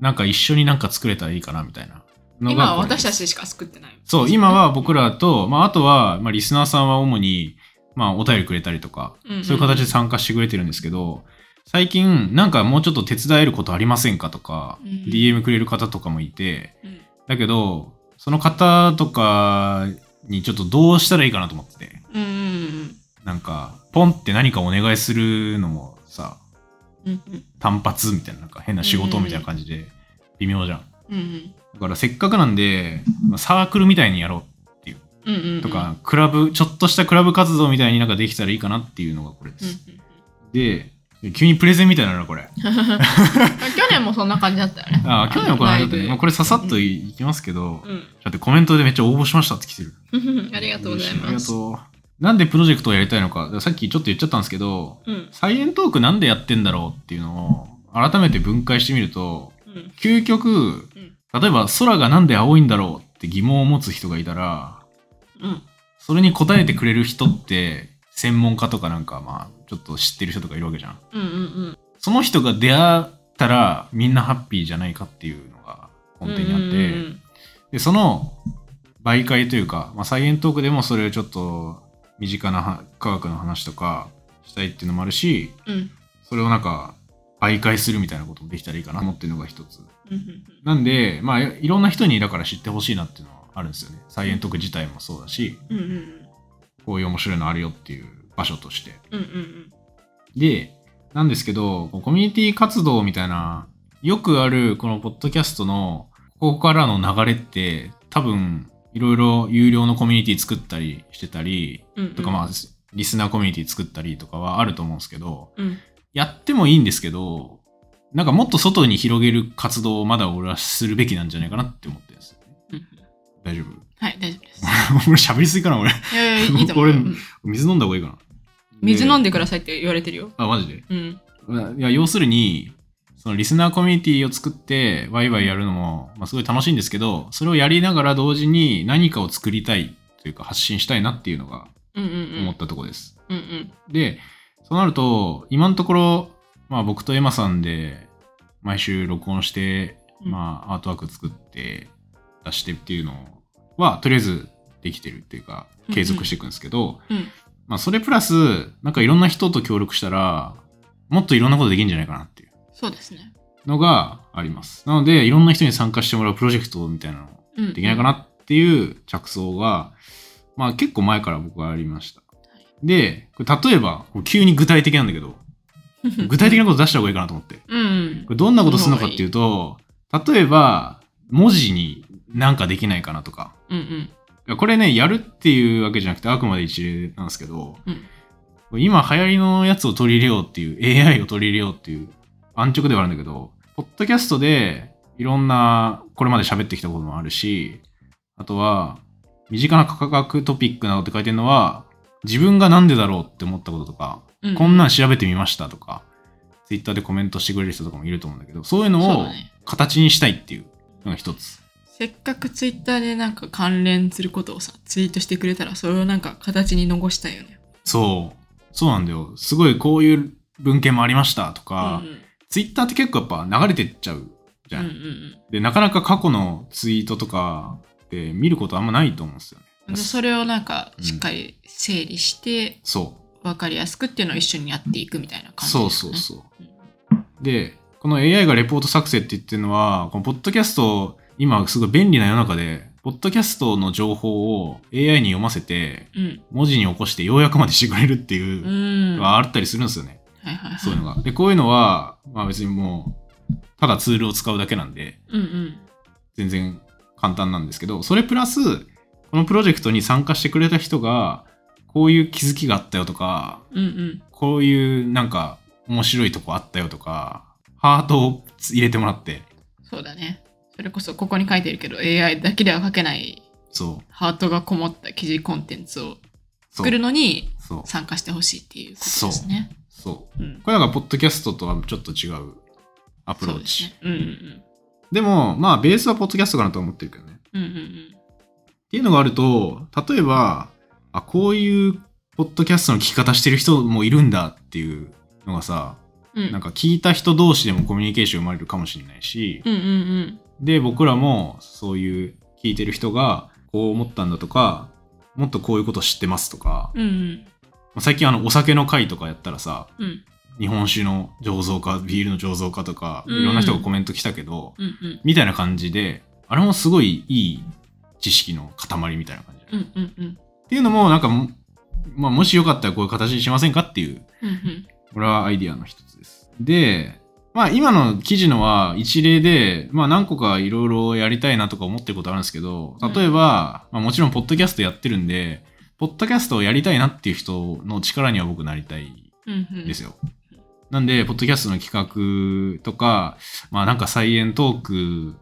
なんか一緒になんか作れたらいいかなみたいなのが今はこれで私すたちしか作ってない。そう、今は僕らと、まああとは、まあリスナーさんは主に、まあお便りくれたりとか、うんうんそういう形で参加してくれてるんですけど、最近、なんかもうちょっと手伝えることありませんかとか、うん DM くれる方とかもいて、うんだけど、その方とかにちょっとどうしたらいいかなと思ってて、うんうんなんか、ポンって何かお願いするのもさ、うん。うんうん単発みたいな、なんか変な仕事みたいな感じで、微妙じゃん。うんだからせっかくなんで、まあサークルみたいにやろううんうんうん。とか、クラブ、ちょっとしたクラブ活動みたいになんかできたらいいかなっていうのがこれでうんうんす。で、急にプレゼンみたいなのこれ。うん。去年もそんな感じだったよね。あ、去年はこの間で、あまあ、これささっとい,、きますけど、うんだってコメントでめっちゃ応募しましたって来てる。 うん。ありがとうございありまがす。とう。なんでプロジェクトをやりたいのか、だからさっきちょっと言っちゃったんですけど、うんサイエントークなんでやってんだろうっていうのを改めて分解してみると、うん究極、うん例えば空がなんで青いんだろうって疑問を持つ人がいたら、うんそれに答えてくれる人って、専門家とかなんかまあ、ちょっと知ってる人とかいるわけじゃん。うんうんうんその人が出会たらみんなハッピーじゃないかっていうのが根底にあって、でその媒介というか、まあ、サイエントークでもそれをちょっと身近なは科学の話とかしたいっていうのもあるしうんうんそれをなんか媒介するみたいなこともできたらいいかなと思ってるのが一つうんうんなんでまあいいろんな人にだから知ってほしいなっていうのはあるんですよねサイエントーク自体もそうだしうんうんうんこういう面白いのあるよっていう場所としてうんうんで、なんですけど、こうコミュニティ活動みたいな、よくあるこのポッドキャストの、ここからの流れって、多分、いろいろ有料のコミュニティ作ったりしてたり、うんうんとかまあ、リスナーコミュニティ作ったりとかはあると思うんですけど、うんやってもいいんですけど、なんかもっと外に広げる活動をまだ俺はするべきなんじゃないかなって思ってるんですよね。うん大丈夫 はい大丈夫です俺喋りすぎかな俺。いやいやいいと思うこれうん水飲んだ方がいいかな。水飲んで。でくださいって言われてるよあ、マジでうんいや要するにそのリスナーコミュニティを作ってワイワイやるのも、まあ、すごい楽しいんですけどそれをやりながら同時に何かを作りたいというか発信したいなっていうのがうんうんうん思ったとこです。うんうんでそうなると今のところ、まあ、僕とエマさんで毎週録音して、うんまあ、アートワーク作って出してっていうのはとりあえずできてるっていうかうん継続していくんですけど、うんまあ、それプラスなんかいろんな人と協力したらもっといろんなことできるんじゃないかなっていう。そうですねのがあります。なので、いろんな人に参加してもらうプロジェクトみたいなのうんできないかなっていう着想が、まあ結構前から僕はありました。で、これ例えば、こう急に具体的なんだけど、具体的なこと出した方がいいかなと思って。うんこれどんなことするのかっていうと、例えば、文字になんかできないかなとか。うんうんいやこれね、やるっていうわけじゃなくて、あくまで一例なんですけど、うん今流行りのやつを取り入れようっていう、AI を取り入れようっていう、安直ではあるんだけど、ポッドキャストでいろんな、これまで喋ってきたこともあるし、あとは、身近な科学トピックなどって書いてるのは、自分がなんでだろうって思ったこととか、うんこんなん調べてみましたとか、ツイッターでコメントしてくれる人とかもいると思うんだけど、そういうのそうをだね形にしたいっていうのが一つ。せっかくツイッターでなんか関連することをさツイートしてくれたらそれをなんか形に残したいよねそう。そうなんだよ。すごいこういう文献もありましたとか、うんうんツイッターって結構やっぱ流れてっちゃうじゃん。うんうんで、なかなか過去のツイートとかって見ることあんまないと思うんですようね。んそれをなんかしっかり整理してそ分かりやすくっていうのを一緒にやっていくみたいなう。感じだそようねそうそう。で、この AI がレポート作成って言ってるのは、このポッドキャスト、今すごい便利な世の中で、ポッドキャストの情報を AI に読ませて、うん文字に起こして要約までしてくれるっていうう、んはあったりするんですよね。はいはいはいそういうのが。で、こういうのは、まあ別にもう、ただツールを使うだけなんで、うんうん全然簡単なんですけど、それプラス、このプロジェクトに参加してくれた人が、こういう気づきがあったよとか、うんうんこういうなんか面白いとこあったよとか、ハートを入れてもらって、そうだねそれこそここに書いてるけど AI だけでは書けないそう。ハートがこもった記事コンテンツをそう作るのにそう。参加してほしいっていうことですね。そう。うんこれなんか、ポッドキャストとはちょっと違うアプローチ。そうですね。うんうんでも、まあ、ベースはポッドキャストかなと思ってるけどね。うんうんうんっていうのがあると、例えば、あ、こういうポッドキャストの聞き方してる人もいるんだっていうのがさ、うんうんなんか聞いた人同士でもコミュニケーション生まれるかもしれないし、うんうんで、僕らもそういう聞いてる人がこう思ったんだとか、もっとこういうこと知ってますとか、うんうんまあ最近あのお酒の会とかやったらさ、うん日本酒の醸造家、ビールの醸造家とか、うんいろんな人がコメント来たけど、うんうんみたいな感じで、あれもすごいいい知識の塊みたいな感じ。うんうんうんっていうのも、なんかも、まあ、もしよかったらこういう形にしませんかっていう、うんこれはアイディアの一つです。で、まあ、今の記事のは一例で、まあ、何個かいろいろやりたいなとか思ってることあるんですけど、例えば、まあ、もちろん、ポッドキャストやってるんで、ポッドキャストをやりたいなっていう人の力には僕なりたいうんうんですよ。なんで、ポッドキャストの企画とか、まあ、なんかサイエントーク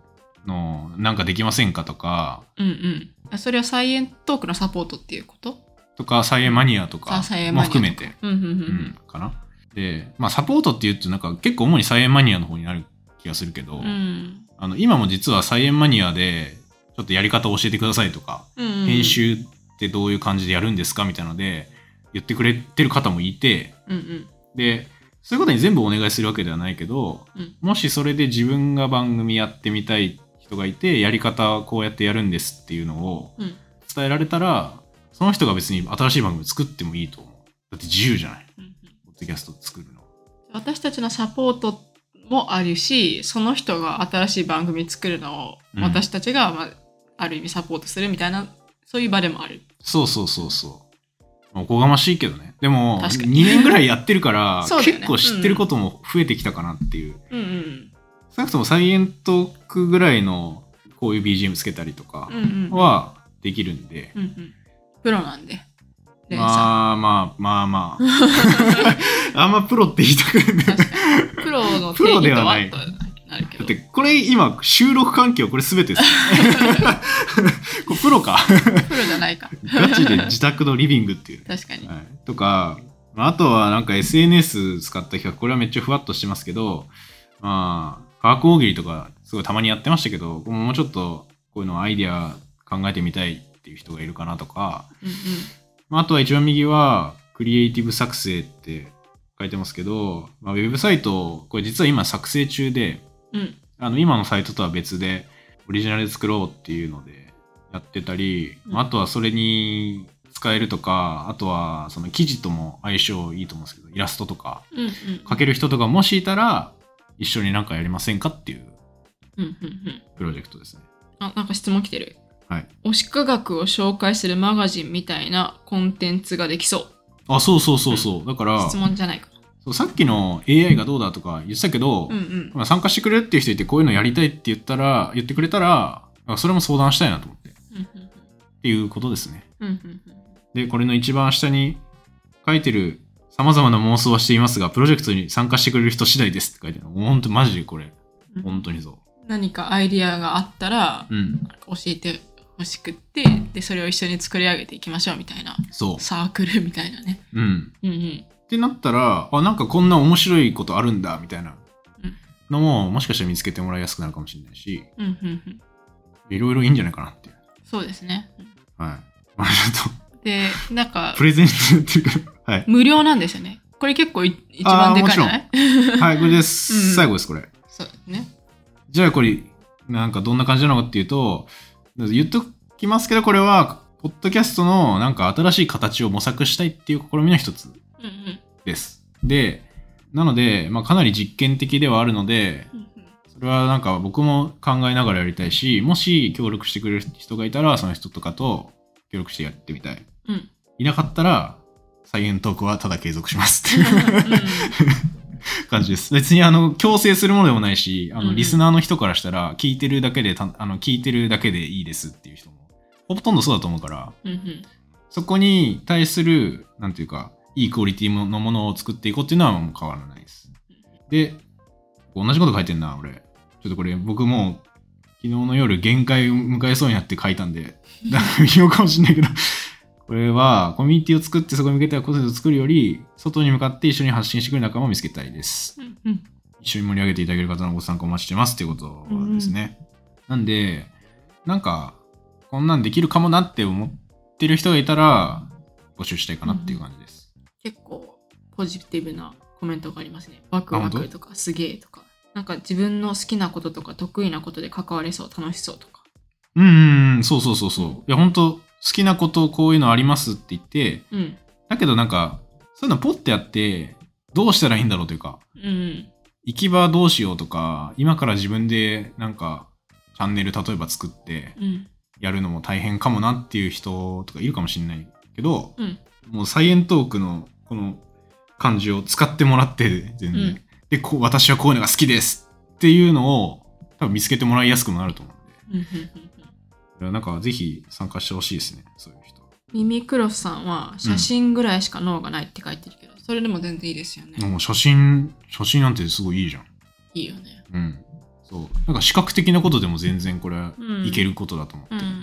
のなんかできませんかとか、うんうんあそれはサイエントークのサポートっていうこととか、サイエンマニアとあかサイエンもマニアと含かめて、うんうんうんうん、かな。で、まあ、サポートって言うと、なんか結構主に菜園マニアの方になる気がするけど、うんうんあの今も実は菜園マニアで、ちょっとやり方を教えてくださいとか、うんうん編集ってどういう感じでやるんですかみたいので、言ってくれてる方もいて、うんうんで、そういうことに全部お願いするわけではないけど、うんもしそれで自分が番組やってみたい人がいてやり方はこうやってやるんですっていうのをうん伝えられたらその人が別に新しい番組作ってもいいと思うだって自由じゃないうんうんポッドキャスト作るの私たちのサポートもあるしその人が新しい番組作るのをうん私たちが、まあ、ある意味サポートするみたいなそういう場でもあるそうそうそうそうまあおこがましいけどねでも確か2に年ぐらいやってるから そうだよね結構知ってることも増えてきたかなっていう、うんうん少なくともサイエントークぐらいのこういう BGM つけたりとかうんうんはできるんで、うんうんプロなんでレンさんまあまあまあまあ あんまプロって言いたくないだ確かにプロの定プロ義でとははないとなるけどってこれ今収録環境これ全て ですよねこれプロかプロじゃないかガチで自宅のリビングっていう、確かに、はい、とかまああとはなんか SNS 使った企画これはめっちゃふわっとしてますけどまあ科学大喜利とかすごいたまにやってましたけどもうちょっとこういうのアイディア考えてみたいっていう人がいるかなとかうんうんまあ、あとは一番右は、クリエイティブ作成って書いてますけど、まあ、ウェブサイト、これ実は今作成中で、うんあの、今のサイトとは別で、オリジナルで作ろうっていうのでやってたり、うんあとはそれに使えるとか、あとはその記事とも相性いいと思うんですけど、イラストとか、うんうん書ける人とかもしいたら、一緒になんかやりませんかっていううんうんうんプロジェクトですね。あなんか質問来てるはい。推し科学を紹介するマガジンみたいなコンテンツができそあ、そうそうそうそう。だかうら、質問じゃないかそうさっきの AI がどうだとか言ってたけど、うんうんまあ、参加してくれるっていう人いてこういうのやりたいって言ったら言ってくれたらあそれも相談したいなと思ってっうんていうことですねうんうんうんでこれの一番下に書いてるさまざまな妄想はしていますがプロジェクトに参加してくれる人次第ですって書いてあるもうほんとマジでこれうん本当にそ何かアイディアがあったらううん教えてほしくってでそれを一緒に作り上げていきましょうみたいなそサークルみたいなねううんうんうんってなったらあなんかこんな面白いことあるんだみたいなうんのももしかしたら見つけてもらいやすくなるかもしれないしうんうんうんいろいろいいんじゃないかなっていうそうですねはい まあちょっでなんかとプレゼンっていうかはい無料なんですよねこれ結構い一番でかいじゃないはいこれでうんうすん最後ですこれ そうですねじゃあこれ、なんかどんな感じなのかっていうと、言っときますけど、これは、ポッドキャストのなんか新しい形を模索したいっていう試みの一つうんうんです。で、なので、まあ、かなり実験的ではあるので、うんうんそれはなんか僕も考えながらやりたいし、もし協力してくれる人がいたら、その人とかと協力してやってみたい。うんいなかったら、サイエントークはただ継続しますってういうん うん感じです。別にあの強制するものでもないし、あうんうのんリスナーの人からしたら聞いてるだけでたあの聞いてるだけでいいですっていう人もほとんどそうだと思うから、うんうんそこに対するなんていうかいいクオリティのものを作っていこうっていうのはもう変わらないです。で、同じこと書いてんな俺。ちょっとこれ僕もう昨日の夜限界を迎えそうになって書いたん で、なんか微妙かもしんないけど。これはコミュニティを作ってそこに向けて個性を作るより外に向かって一緒に発信してくれる仲間を見つけたいです。うんうん一緒に盛り上げていただける方のご参加をお待ちしてますっていうことですね。なんで、なんか、こんなんできるかもなって思ってる人がいたら、募集したいかなっていう感じです。結構ポジティブなコメントがありますね。ワクワあ本クとかすげえとか。なんか自分の好きなこととか得意なことで関われそう楽しそうとか。うん、うんうん、そうそうそうそう。いや、本当好きなこと、こういうのありますって言って、うん。だけどなんか、そういうのポッてやって、どうしたらいいんだろうというか、うんうん。行き場どうしようとか、今から自分でなんか、チャンネル例えば作ってうん。やるのも大変かもなっていう人とかいるかもしれないけど、うん。もうサイエントークのこの感じを使ってもらって全然、うんでこう私はこういうのが好きですっていうのを多分見つけてもらいやすくもなると思うんでうんうんうんいやなんかぜひ参加してほしいですねそういう人ミミクロスさんは写真ぐらいしか脳がないって書いてるけど、それでも全然いいですよね。もう写真写真なんてすごいいいじゃんいいよね。うんそうなんか視覚的なことでも全然これうんいけることだと思ってうるんで、ん。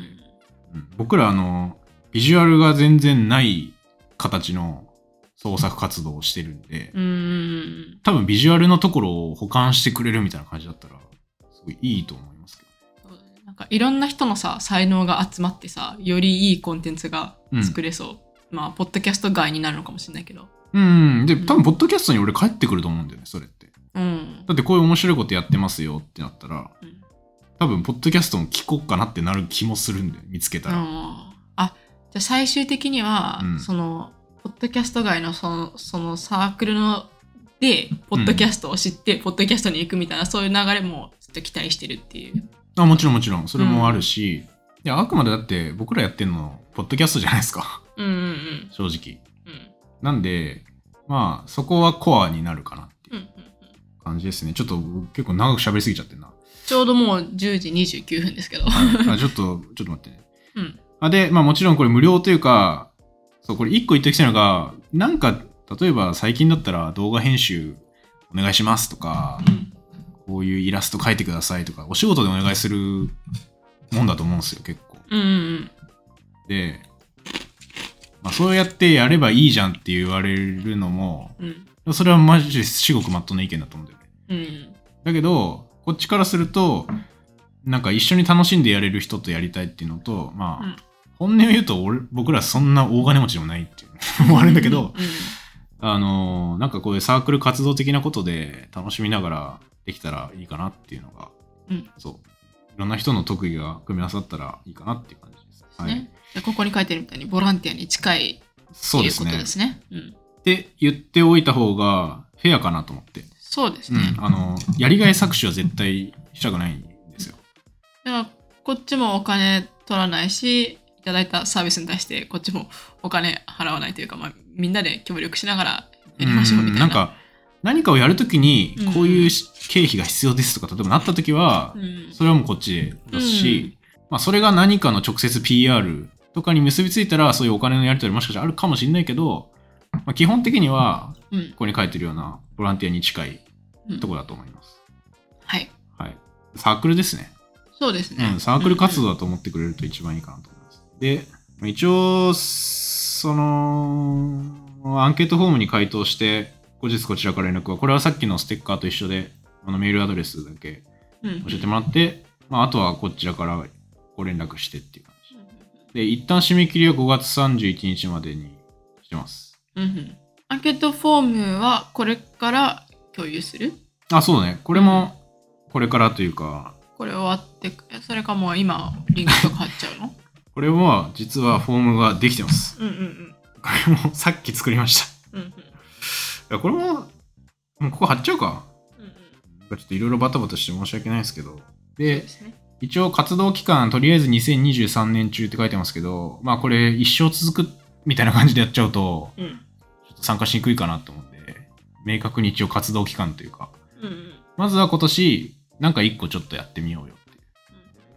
うん僕らあのビジュアルが全然ない形の創作活動をしてるんで、うんうん。多分ビジュアルのところを保管してくれるみたいな感じだったらすごいいいと思いますけどそうだねなんかいろんな人のさ、才能が集まってさ、よりいいコンテンツが作れそう。まあ、ポッドキャスト外になるのかもしれないけど。うん。で、ん多分、ポッドキャストに俺帰ってくると思うんだよね、それって。うん。だって、こういう面白いことやってますよってなったら、うん多分、ポッドキャストも聞こうかなってなる気もするんだよ、見つけたら。あーあじゃあ最終的には、うんそのポッドキャスト外のそのそのサークルのでポッドキャストを知って、ポッドキャストに行くみたいなそういう流れもちょっと期待してるっていう。あもちろんもちろん、それもあるし、いや、あくまでだって、僕らやってんの、ポッドキャストじゃないですか、うんうんうん正直。うんなんで、まあ、そこはコアになるかなっていうんううんうんう感じですね。ちょっと、結構長く喋りすぎちゃってんな。ちょうどもう10時29分ですけど。あちょっと、ちょっと待ってね。うんあで、まあもちろんこれ無料というか、そう、これ一個言っておきたいのが、なんか、例えば最近だったら動画編集お願いしますとか、うんこういうイラスト描いてくださいとか、お仕事でお願いするもんだと思うんですよ、結構。うんうんで、まあそうやってやればいいじゃんって言われるのも、うんそれはマジで至極まっとうな意見だと思うんだよね。うんだけど、こっちからすると、なんか一緒に楽しんでやれる人とやりたいっていうのと、まあ、うん本音を言うと俺、僕らそんな大金持ちでもないっていう のもあるんだけど、あのーなんかこういうサークル活動的なことで楽しみながらできたらいいかなっていうのが、うんそう。いろんな人の特技が組み合わさったらいいかなっていう感じです。うんはねい。でここに書いてるみたいにボランティアに近いってそういでうこすとね。ですね。うんって言っておいた方がフェアかなと思って。そうですうね。ん。あのーやりがい搾取は絶対したくないんですよ。だからこっちもお金取らないしいただいたサービスに対してこっちもお金払わないというか、まあ、みんなで協力しながらやりましょうみたいな。んか何かをやるときにうんこういうし経費が必要ですとか例えばなったときはうんそれはもうこっちで出すし、まあ、それが何かの直接 PR とかに結びついたらそういうお金のやり取りもしかしたらあるかもしれないけど、まあ、基本的にはうんここに書いてるようなボランティアに近いうんとこだと思います。はいはい、サークルですね、そうですね、うん。サークル活動だと思ってくれると一番いいかなと思います。で、まあ一応、その、アンケートフォームに回答して、後日こちらから連絡は、これはさっきのステッカーと一緒で、あのメールアドレスだけうんうん教えてもらって、まあ、あとはこちらからご連絡してっていう感じ。で、一旦締め切りは5月31日までにしてます。うんうんアンケートフォームはこれから共有するあ、そうね。これも、これからというか、これ終わってくそれかもう今リンクとか貼っちゃうのこれは実はフォームができてます。うんうんこれもさっき作りました。うんうんいやこれも、もうここ貼っちゃうか。うんうんちょっといろいろバタバタして申し訳ないですけど。そうでで、すね一応活動期間、とりあえず2023年中って書いてますけど、まあこれ一生続くみたいな感じでやっちゃうと、うんちょっと参加しにくいかなと思うんで、明確に一応活動期間というか、うんうんまずは今年、なんか一個ちょっとやってみようよっていう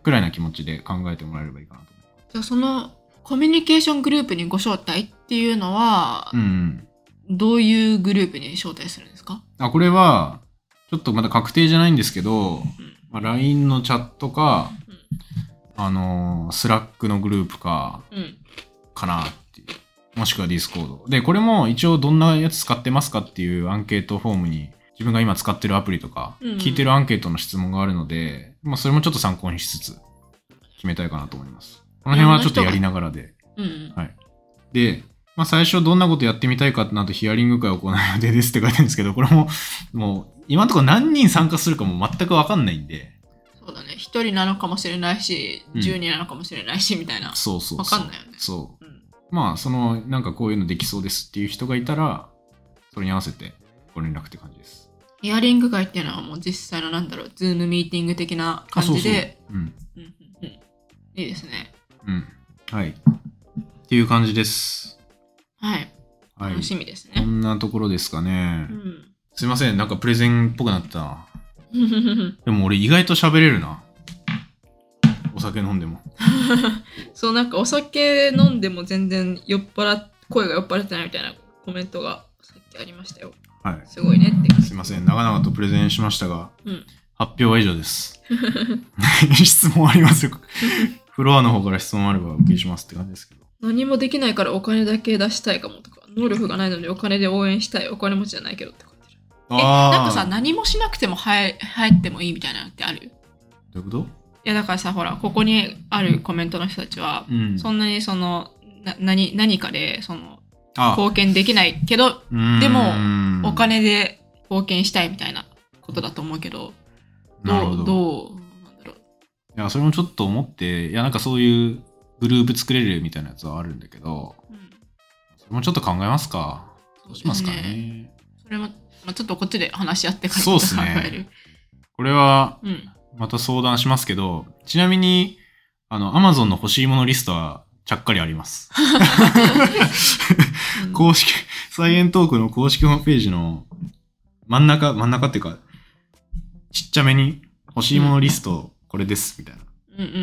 くらいな気持ちで考えてもらえればいいかなと思います。じゃあそのコミュニケーショングループにご招待っていうのはう、ん。どういうグループに招待するんですかあ、これは、ちょっとまだ確定じゃないんですけど、うんまあ、LINE のチャットか、うんあのー、Slack のグループか、うんかなっていう。もしくは Discord。で、これも一応どんなやつ使ってますかっていうアンケートフォームに、自分が今使ってるアプリとか、うん聞いてるアンケートの質問があるので、まあそれもちょっと参考にしつつ、決めたいかなと思います。この辺はちょっとやりながらで。うんで、まあ最初どんなことやってみたいかなどヒアリング会を行う予定ですって書いてあるんですけど、これも、もう今のところ何人参加するかも全くわかんないんで、そうだね。一人なのかもしれないし、うん十人なのかもしれないし、みたいな。そうそうそう。わかんないよねそう。うんまあそのなんかこういうのできそうですっていう人がいたらそれに合わせてご連絡って感じです。ヒアリング会っていうのはもう実際のなんだろう、ズームミーティング的な感じで。あそうそううんうんうんうんいいですね。うんはいっていう感じです。はい。はい楽。しみですこね。んなところですかねう。ん。すいませんなんかプレゼンっぽくなったな。うん でも俺意外と喋れるな。お酒飲んでも。そう、なんかお酒飲んでも全然酔っ払っ、声が酔っ払ってないみたいなコメントがさっきありましたよ。はい。すごいねって。すいません長々とプレゼンしましたが、うん発表は以上 です。 質問ありますよ。フロアの方から質問あればお受けしますって感じですけど。何もできないからお金だけ出したいかもとか、能力がないのにお金で応援したい、お金持ちじゃないけどって書いてる。えーなんかさ何もしなくても入入ってもいいみたいなのってあるどいういうことやだからさほらここにあるコメントの人たちは、うんそんなにそのな何何かでそのあ、貢献できないけどでももお金で貢献したいみたいなことだと思うけどどうなるほどどうなんだろういや、それもちょっと思って、いや、なんかそういうグループ作れるみたいなやつはあるんだけど、うんそれもちょっと考えますか。どうしますかそうですね。それも、まあ、ちょっとこっちで話し合ってからそうっす考 ねえる。これは、うん。また相談しますけど、ちなみに、あの、Amazon の欲しいものリストは、ちゃっかりあります。うん公式、サイエントークの公式ホームページの真ん中、真ん中っていうか、ちっちゃめに欲しいものリスト、これです、みたいな。うんうん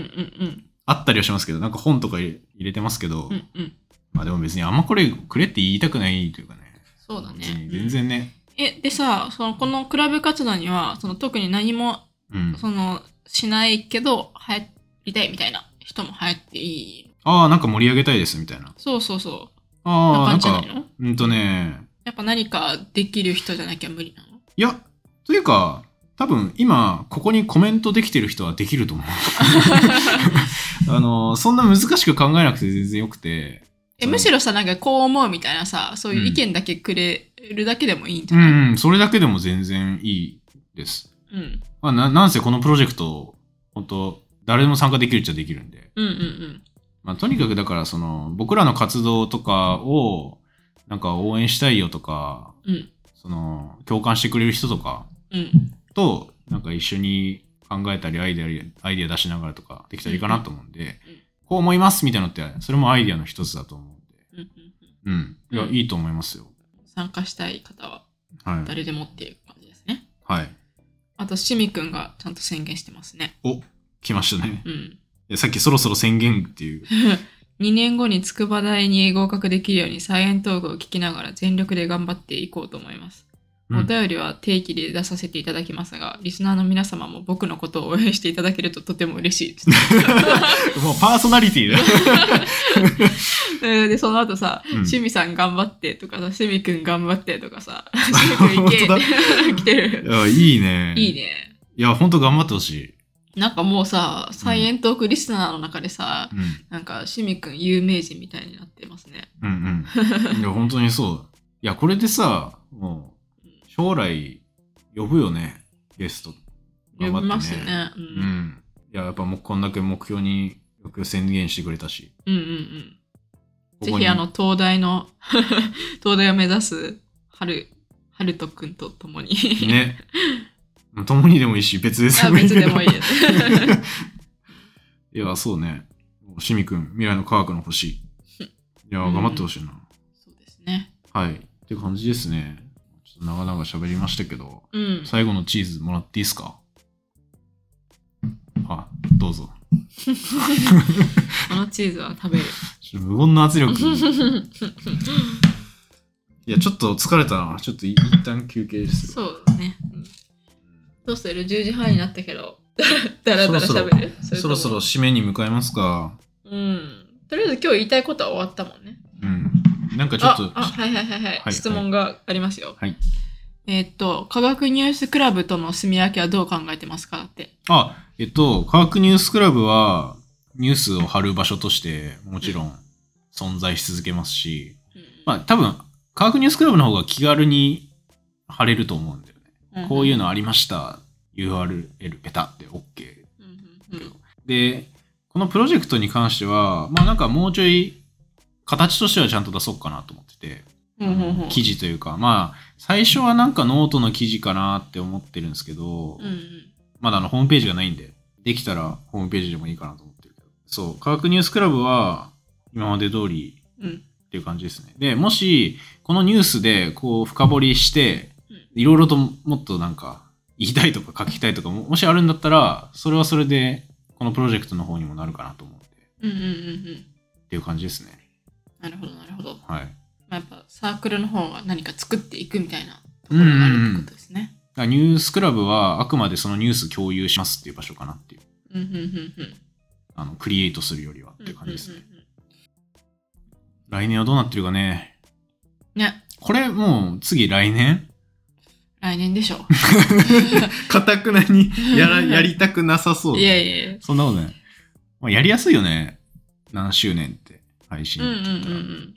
うんあったりはしますけど、なんか本とか入れ入れてますけど、うん。うんうん。まあでも別にあんまこれくれって言いたくないというかね。そうだ別にね。全然ね。え、でさ、その、このクラブ活動には、その、特に何も、うん。その、しないけど、流行りたいみたいな人も流行っていい。ああ、なんか盛り上げたいですみたいな。そうそうそう。ああ、ななんんかかあるんじゃないの、うんとね、やっぱ何かできる人じゃなきゃ無理なのいや、というか、多分今、ここにコメントできてる人はできると思う。 あの、そんな難しく考えなくて全然よくて。え、そうむしろさ、なんかこう思うみたいなさ、そういう意見だけくれるだけでもいいんじゃうない、ん、それだけでも全然いいです。うん、うんまあ、ななんせこのプロジェクト、本当誰でも参加できるっちゃできるんで。うんうんまあ、とにかくだからその僕らの活動とかをなんか応援したいよとかうんその共感してくれる人とかうん。となんか一緒に考えたりアイデアアイデア出しながらとかできたらいいかなと思うんで、うんうんこう思いますみたいなのってそれもアイデアの一つだと思うんでうんうんうん。うんいや、うんいいと思いますよ参加したい方ははい、誰でもっていう感じですね。はい、あと、しみくんがちゃんと宣言してますね。お来ましたねうん。いやさっきそろそろ宣言っていう2年後に筑波大に合格できるようにサイエントークを聞きながら全力で頑張っていこうと思います。うんお便りは定期で出させていただきますが、リスナーの皆様も僕のことを応援していただけるととても嬉しい です。もうパーソナリティ だで、その後さ、うんしみさん頑張ってとかさ、しみくん頑張ってと かさ、しみくんいけっ本て 来てる。いやいいねいいね。いや本当頑張ってほしい、なんかもうさ、サイエントークリスナーの中でさ、うんなんか、しみくん有名人みたいになってますね。うん うん。いや、本当にそう。いや、これでさ、もう、将来、呼ぶよね、ゲスト。呼び頑張ってねますね。う。うんん。いや、やっぱもうこんだけ目標によく宣言してくれたし。うんうんうん。こぜこにひ、あの、、東大の、 東大を目指す、はる、はるとくんと共に。ね。 共にでもいいし、別々 あでもいい別けど。でもいいです。 いや、そうね。しみくん、未来の科学の 星。いや、うん頑張ってほしいな。そうですね。はい。って感じですね。ちょっと長々喋りましたけど。うん。最後のチーズもらっていいですかあ、どうぞ。このチーズは 食べる。ちょっと無言の 圧力。いや、ちょっと疲れたな。ちょっとい一旦休憩でする。そうですね。うんどうする ?10 時半になったけど、 だらだら喋るそろそろ。れと締めに向かいますか。もうん。とりあえず今日言いたいことは終わったもんね。うん。なんかちょっあと、あ、はいはいはいははいい。質問がありますよ。はいえーっと、科学ニュースクラブとの住み分けはどう考えてますかだって。あ、えっと、科学ニュースクラブは、ニュースを貼る場所として、もちろん存在し続けますし、まあ多分、科学ニュースクラブの方が気軽に貼れると思うんだよね。うんこういうのありました。URL ペタって OK うんうんうんで、このプロジェクトに関しては、まあなんかもうちょい形としてはちゃんと出そうかなと思ってて、うんうんうん記事というか、まあ最初はなんかノートの記事かなって思ってるんですけど、うんうんまだあのホームページがないんで、できたらホームページでもいいかなと思ってるけど、そう、科学ニュースクラブは今まで通りうんっていう感じですね。で、もし、このニュースでこう深掘りしてうん、いろいろともっとなんか、言いたいとか書きたいとかも、もしあるんだったら、それはそれで、このプロジェクトの方にもなるかなと思って、っうんうんうんうんていう感じですね。なるほどなるほど。まはい。あ、やっぱサークルの方が何か作っていくみたいなとこうんろうんがあるっうてんことですね。だからニュースクラブは、あくまでそのニュース共有しますっていう場所かなっていう、うんうんうんうんあの、クリエイトするよりはっうてんいう感じですね。うんうんうん来年はどうなってるかね。ね、これもう、次来年来年でしょ。かたくなにやら、やりたくなさそう。いやいやいやそんなことない。まあ、やりやすいよね。何周年って。配信うんうんっうて言ったら。んうん。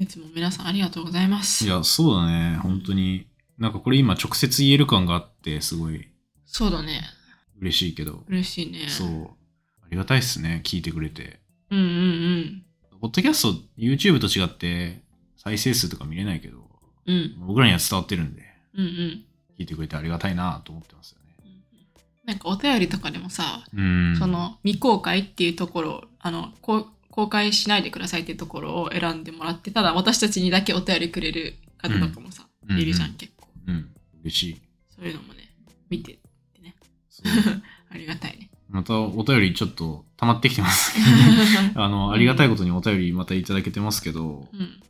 いつも皆さんありがとうございます。いや、そうだね、本当に。なんかこれ今直接言える感があって、すごいそうだね。嬉しいけど、嬉しいね。そう。ありがたいっすね、聞いてくれて。うんうんうん。ポッドキャスト、YouTube と違って、再生数とか見れないけど、うん僕らには伝わってるんで、うんうん。聞いてくれてありがたいなと思ってますよね。なんかお便りとかでもさ、うん。そ、の未公開っていうところ、あの、こう公開しないでくださいっていうところを選んでもらって、ただ私たちにだけお便りくれる方とかもさ、うんいるじゃ、うん結構。うん、嬉しい。そういうのもね、見て ってね。そうありがたいね。 またお便りちょっと溜まってきてます。あの、ありがたいことにお便りまたいただけてますけど、ういん。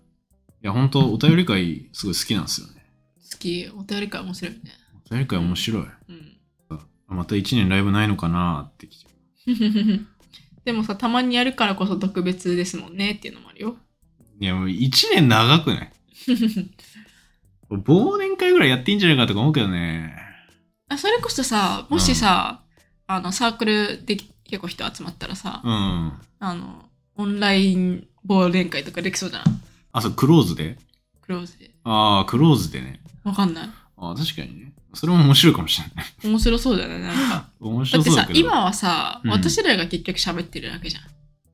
や、本当お便り会すごい好きなんですよね。好き、お便り会面白いね。お便り会面白い。うん。あまた1年ライブないのかなってきてる。 でもさ、たまにやるからこそ特別ですもんねっていうのもあるよ。 いや、もう1年長くない忘年会ぐらいやっていいんじゃないかとか思うけどね。あそれこそさ、もしさ、あの、サークルで結構人集まったらさ、うん。あの、オンライン忘年会とかできそうじゃん。あ、そう、クローズでクローズで。ああ、クローズでね。わかんない。あー確かにね。それも面白いかもしれない。面白そうだよね、なんか。面だ白ってそうださ、けど。今はさ、うん私らが結局喋ってるわけじゃん。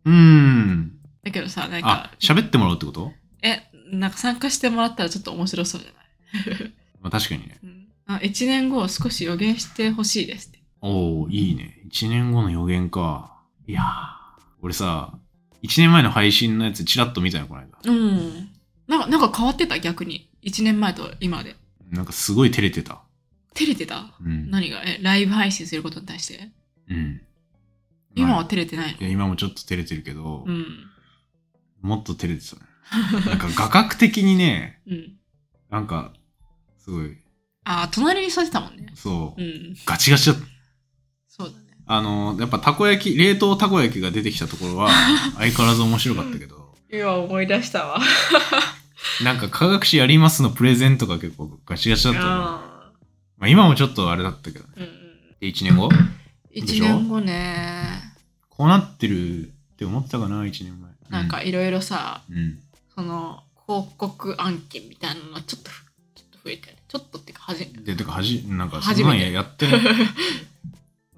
うーん。だけどさ、なんあか、、喋ってもらうってことえ、なんか参加してもらったらちょっと面白そうじゃない、まあ確かにね。うん、あ ?1 年後を少し予言してほしいですって。おおいいね。1年後の予言か。いやー。俺さ、1年前の配信のやつチラッと見たよ、この間。うん。なんか、なんか変わってた逆に。1年前と今で。なんかすごい照れてた。照れてたうん。何がえ、ライブ配信することに対してうん。今はまあ照れてないのいや、今もちょっと照れてるけど、うん。もっと照れてたね。なんか画角的にね、うん。なんか、すごい、ああ、隣に座ってたもんね。そう、うん。ガチガチだった。そうだね。あの、やっぱたこ焼き、冷凍たこ焼きが出てきたところ は、相変わらず面白かったけど、今思い出したわ。なんか科学史やりますのプレゼントが結構ガチガチだったの。あまあ今もちょっとあれだったけどね。ーうん。で、1年後でし1ょ年後ね。こうなってるって思ってたかな、1年前。なんかいろいろさ、うん、うん。その広告案件みたいなのがちょっとふちょっと増えたね。ちょっとっていうかはじめ、で、てか、はじ、なんか、そん初なんめてやって ない。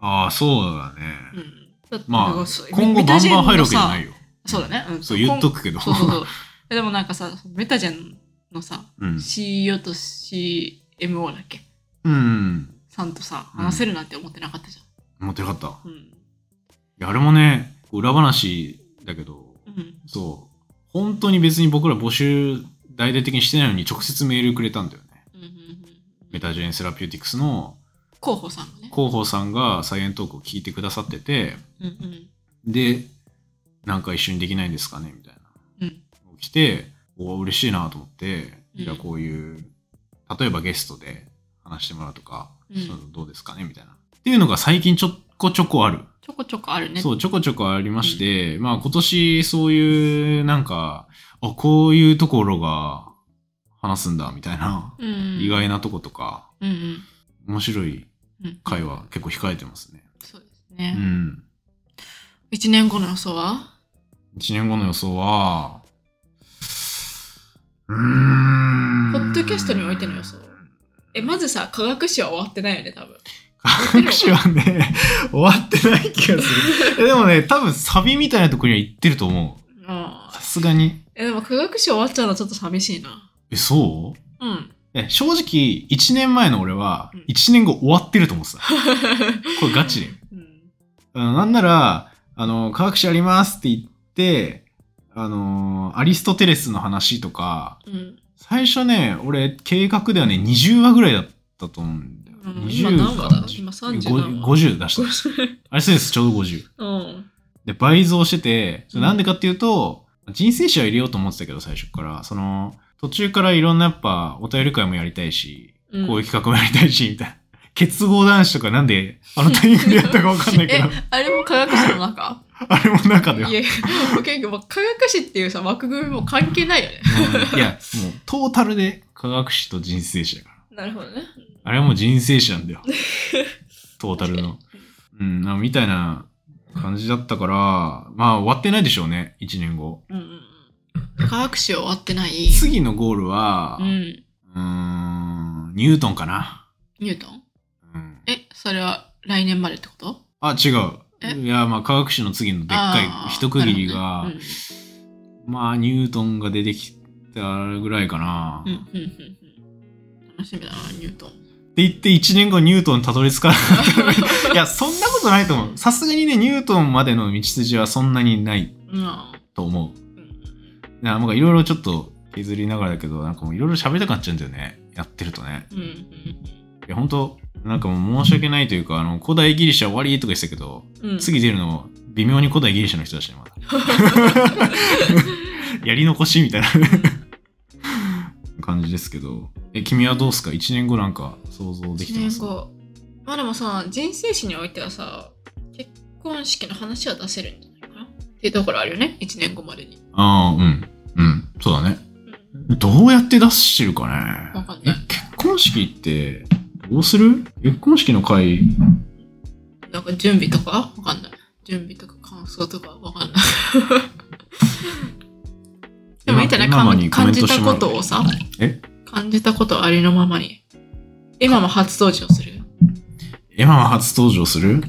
ああ、そうだね。うん。だってまあなんかそう、今後メバタンジェバンの入るわけじゃさないよ。そうだね。うん、そう、言っとくくけど。そうそうそう。えでもなんかさ、メタジェンのさ、 うん。 CEO と CMO だっけうん。さんとさ、うん話せるなんて思ってなかったじ持ってなかった。いゃん。うん。や、あれもね、裏話だけど、うん。そう。本当に別に僕ら募集大々的にしてないのに直接メールくれたんだよね。うんうんうんメタジェンセラピューティクスの候補さんがね。広報さんがサイエントークを聞いてくださってて、うんうん。で、なんか一緒にできないんですかねみたいな。うん。来て、お嬉しいなと思って、うんじゃあこういう、例えばゲストで話してもらうとか、うんそういうのどうですかねみたいな。っていうのが最近ちょこちょこある。ちょこちょこあるね。そう、ちょこちょこありまして、まあ今年そういう、なんか、あ、こういうところが話すんだ、みたいな、うん。意外なとことか、うんうん。面白いうん。会話結構控えてますね。そうですうね。ん。一1年後の予想は1年後の予想は、うーん。ポッドキャストにおいての予想え、まずさ、科学史は終わってないよね、多分。拍手は ね、終わってない気がする。えでもね、多分サビみたいなとこには行ってると思う。あさすがに。え、でも科学史終わっちゃうのはちょっと寂しいな。え、そううん。え正直、1年前の俺はうん、 1年後終わってると思ってた。これガチで。うん。うんなんなら、あの、科学史ありますって言って、あのー、アリストテレスの話とか、 うん。最初ね、俺、計画ではね、20話ぐらいだったと思うんだよ。うん20今何話だか今30ご何話50出した。アリストテレスちょうど50。 うん。で、倍増してて、うんなんでかっていうと、人生史は入れようと思ってたけど、最初から。その、途中からいろんなやっぱ、お便り会もやりたいし、うんこういう企画もやりたいし、みたいな。 結合男子とかなんで、あのタイミングでやったかわかんないけ えど、、あれも科学史の中あれも中では。いや、結構もう科学史っていうさ、枠組みも関係ないよね。うんいや、もう、トータルで科学史と人生史だから。なるほどね。あれはもう人生史なんだ よ。トータルの。うん、あみたいな感じだったから、まあ、終わってないでしょうね、1年後。うんうん化学史終わってない。次のゴールは、う。うんーん、ニュートンかな。ニュートンうん、え、それは来年までってことあ、違えう。いや、まあ、科学史の次のでっかあーい一区切りが、なるほどねまあ、ニュートンが出てきたぐらいかな。うんうっんうんうんうん。楽しみだな、ニュートン。て言って1年後ニュートンにたどり着 かなかった。いや、そんなことないと思う。さすがにね、ニュートンまでの道筋はそんなにないうんと思う。うんいやなんかいろいろちょっと削りながらだけど、なんかもういろいろ喋りたくなっちゃうんだよね。やってるとね。うんうんいや、本当なんかもう申し訳ないというか、あの、古代ギリシャ終わりとか言ってたけど、うんうん。次出るの、微妙に古代ギリシャの人だしね、まだ。やり残しみたいな 感じですけど。え、君はどうっすか ?1 年後なんか想像でき1てま年すか後まあでもさ人生史においてはさ結婚式の話は出せるんじゃないかなっていうところあるよね1年後までに、ああ、うん。うん。そうだね。うんどうやって出してるかね。わかんないえ結婚式って、どうする結婚式の会、なんか準備とかわかんない準備とか感想とかわかんないでもいいんじゃない今今ま感にコメ感ントじしてたもらこうとをさえ感じたことをありのままに今も初登場するエマは初登場す る、うん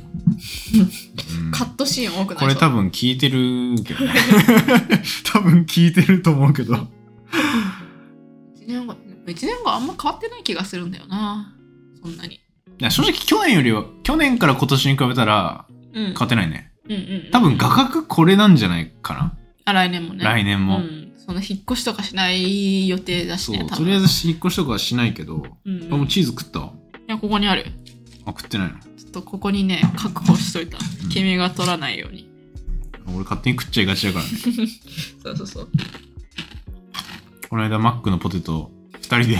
カットシーン多くないこれ多分分聞いてるけどね。 多分聞いてると思うけど。 1年後1年後あんま変わってない気がするんだよなそんなにいや正直去年よりは、去年から今年に比べたらうん勝てないね。うんうんうん多分画角これなんじゃないかな。あ来年もね来年も。うん、その引っ越しとかしない予定だしそうね、、多と分りあえず引っ越しとかはしないけど、うんあ、もうん、ういチーズ食ったわやここにある。あ、食ってないの。ちょっとここにね、確保しといた。君が取らないように。俺勝手に食っちゃいがちだ からね。そうそうそう。この間マックのポテト2人で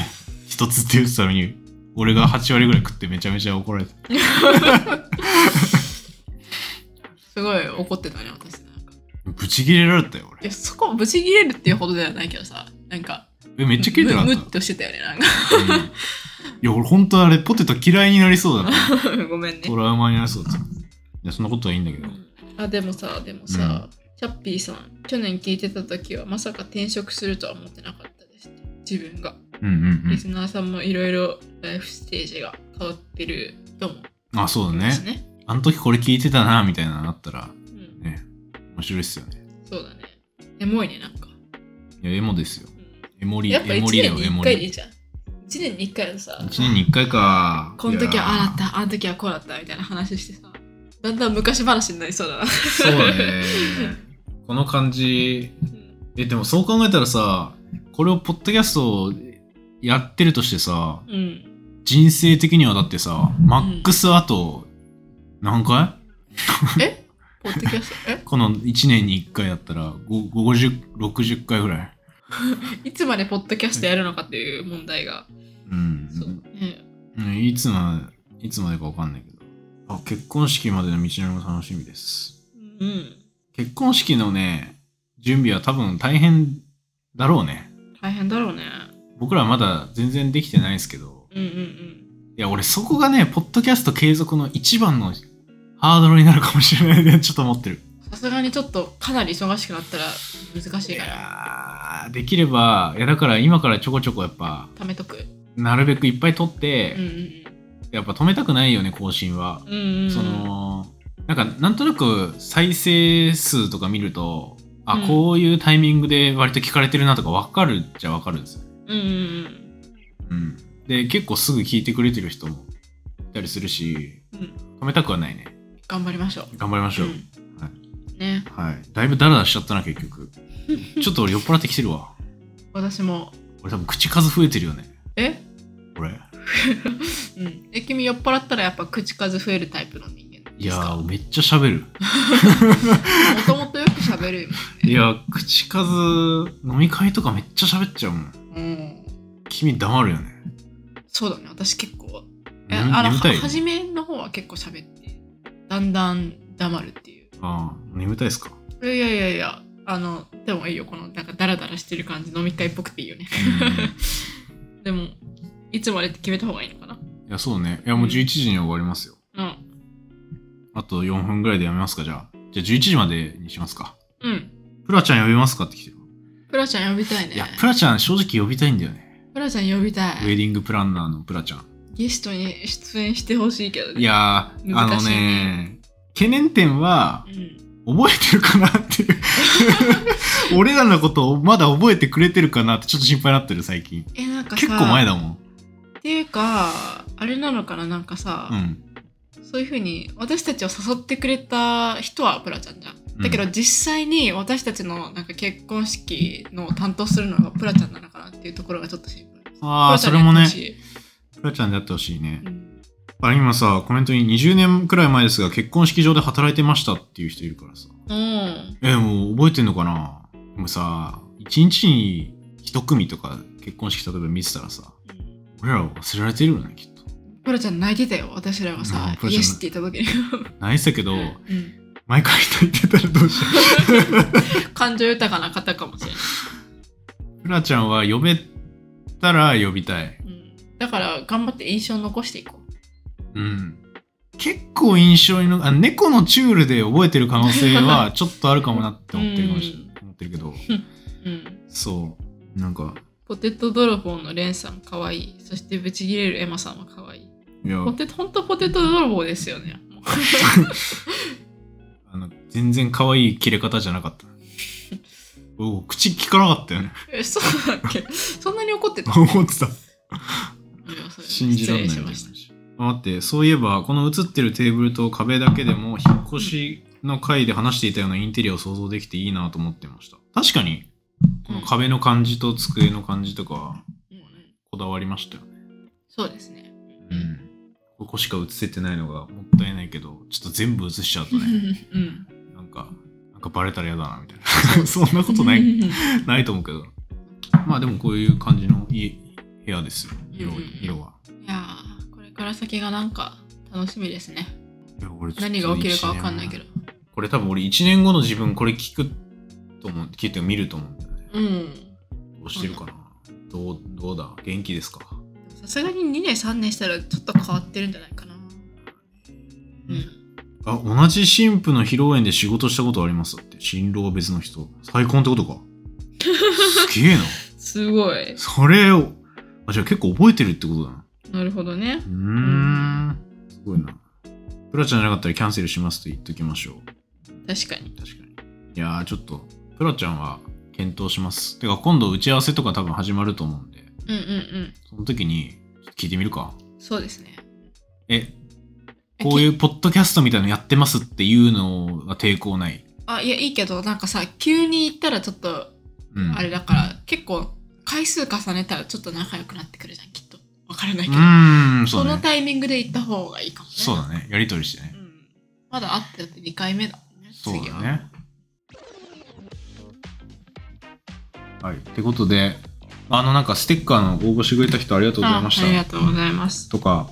1つって言ってたのに、俺が8割ぐらい食ってめちゃめちゃ怒られて。すごい怒ってたね、私なんか。ブチ切れられたよ、い俺。や、そこ、ブチ切れるっていうほどではないけどさ、なんか、え、めっちゃ切れてなかむっ むたっ。としてたよね、なんか。うんいや、俺本当あれ、ポテト嫌いになりそうだな。 ごめんねト。ラウマになりそうだった。いや、そんなことはいいんだけうど。んあ、でもさ、でもさ、チャッピーさん、去年聞いてた時はまさか転職するとは思ってなかったですって、自分が。うんうんリスナーさんもいろいろライフステージが変わってると思うん。あ、そうだうしね。あの時これ聞いてたな、みたいなのあったら、うんね、面白いっすよね。そうだね。エモいね、なんか。いや、エモですよ。うんエモリ、やっぱエ1モリだ年よ、にエ1モ回でいリ。いじゃん。1年に1回はさ、 1年に1回か。この時はああいだった、あの時はこうだったみたいな話してさ、だんだん昔話になりそうだ な。やーそうだね。この感じ、え、でもそう考えたらさ、これをポッドキャストをやってるとしてさ、うん。人生的にはだってさ、マックスあと、何回、えポッドキャスト、えこの1年に1回だったらご50、60回ぐらい。いつまでポッドキャストやるのかっていう問題が。うん。そうね。うんいつまで、いつまでかわかんないけど。あ、結婚式までの道のりも楽しみです。うん。結婚式のね、準備は多分大変だろうね。大変だろうね。僕らまだ全然できてないですけど。うんうんいや、俺そこがね、ポッドキャスト継続の一番のハードルになるかもしれないね。 ちょっと思ってる。うん。さすがにちょっとかなり忙しくなったら難しいいから、やーできれば、いやだから今からちょこちょこやっぱ、貯めとく。なるべくいっぱい撮って、うんうんやっぱ止めたくないよね更新はう、ん。うんうんうん。そのなんかなんとなく再生数とか見るとあ、うんこういうタイミングで割と聞かれてるなとか分かるっちゃ分かるんですよ、うんうんうん。うん、で結構すぐ聞いてくれてる人もいたりするしうん。止めたくはないね頑張りましょう。頑張りましょう、うんはねはいだいぶダラダラしちゃったな結 局ちょっと俺酔っ払ってきてるわ私も俺多分口数増えてるよねえ、俺うん、え君酔っ払ったらやっぱ口数増えるタイプの人間いですやかーめっちゃ喋るもともとよく喋るよ、いやー口数飲み会とかめっちゃ喋っちゃうもんうん、君黙るよね。そうだね私結構え眠あの眠たいはよ。初めの方は結構喋ってだんだん黙るっていああ、眠たいですか。ういやいやいやあのでもいいよこのなんかダラダラしてる感じ飲み会っぽくていいよね でもいつまでって決めた方がいいのかないや、そうね。いや、もう11時には終わりますよ。うんあと4分ぐらいでやめますか、じゃあ。じゃあ11時までにしますか。うんプラちゃん呼びますかって来てる。プラちゃん呼びたいね。いや、プラちゃん正直呼びたいんだよね。プラちゃん呼びたウェデい。ィングプランナーのプラちゃん。ゲストに出演してほしいけどね。いやー、あ難のしいねね、懸念点はう、ん。覚えてるかなって いう。俺らのことをまだ覚えてくれてるかなってちょっと心配になってる最近。え、なんかさ、結構前だもん。っていうか、あれなのかな、なんかさ、うん。そういうふうに私たちを誘ってくれた人はプラちゃんじゃん。だけどうん実際に私たちのなんか結婚式の担当するのがプラちゃんなのかなっていうところがちょっと心配。ああ、プそラれちゃもんやねってほ、しいプラちゃんでやってほしいねう。んあ今さ、コメントに20年くらい前ですが、結婚式場で働いてましたっていう人いるからさ。うん。え、もう覚えてんのかなでもさ、一日に一組とか結婚式例えば見てたらさ、俺ら忘れられてるよね、きっと。プラちゃん泣いてたよ、私らがうさん、プライちゃんエスって言った時に。ないしたけど、うん毎回泣いてたらどうしよ感情豊かな方かもしれなう。プ ラちゃんは呼べたら呼びたい。い。うんだから頑張って印象残していこう。うん。結構印象にの、あ猫のチュールで覚えてる可能性はちょっとあるかもなって思ってるかもしれない。思ってるけど、うんそう。なんか、ポテト泥棒のレンさんかわいい。そしてブチギレるエマさんはかわいい。いや、ポテト、ほんとポテト泥棒です よね。あの、全然可愛い切れ方じゃなか った。お口聞かなかったよね。え、そうだっけそんなに怒ってた思ってた。いやそ れ信じられない失よ礼ねしましあ待って、そういえば、この映ってるテーブルと壁だけでも、引っ越しの回で話していたようなインテリアを想像できていいなと思ってました。確かに、こたの壁の感じと机の感じとか、うんもうねこだわりましたよね。そうですね。うん。ここしか映せてないのがもったいないけど、ちょっと全部映しちゃうとう ね、ん。なんか、なんかバレたら嫌だな、みたいな。 そんなことなうい、んないと思うけど。まあでもこういう感じのいい部屋ですよ。色うんうんうん色は。いやー、これから先がなんか楽しみですね。いや俺ちょっと何が起きるかわかんないけど一。年これ多分俺1年後の自分これ聞くと思う聞いて見ると思うんだよねうん。どうしてるかな、どうどうだ元気ですかさすがに2年3年したらちょっと変わってるんじゃないかな。うん。あ同じ新婦の披露宴で仕事したことありますだって新郎は別の人再婚ってこと かすげえなすごい。それをあじゃあ結構覚えてるってことだななるほどねう。ーんすごいなプラちゃんじゃなかったらキャンセルしますと言っときましょう確かに。確かにいやーちょっとプラちゃんは検討しますてか今度打ち合わせとか多分始まると思うんでうんうんその時にちょっと聞いてみるかうん。そうですね。。えこういううポッドキャストみたいなのやってますっていうのは抵抗ないあ、いや、いいけど、なんかさ、急に行ったらちょっと、うんあれだから、結構、回数重ねたらちょっと仲良くなってくるじゃん、きっと。わからないうけど。ーんそそうのだねタイミングで行った方がいいかもね。そうだねやりとりしてねうんまだ会ってだって2回目だもんね。そう次だは。ねはいってことであのなんかステッカーの応募してくれた人ありがとうございましあたありがとうございます。とか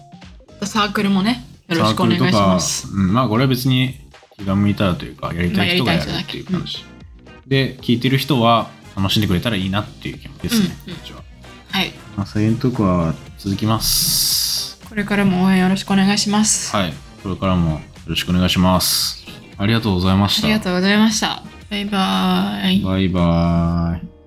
サークルもね、よろしくお願いします。サークルとか、うん、まあこれは別に気が向いたらというかやりたい人がやるまあやりったていいう人だけ感じ、で聞いてる人は楽しんでくれたらいいなっていう気持ちですね、うんうんこっちははい。まあ、そういうとこは続きますこれからも応援よろしくお願いします。はいこれからもよろしくお願いしますありがとうございましあたりがとうございました。バイバーイ。バイバイ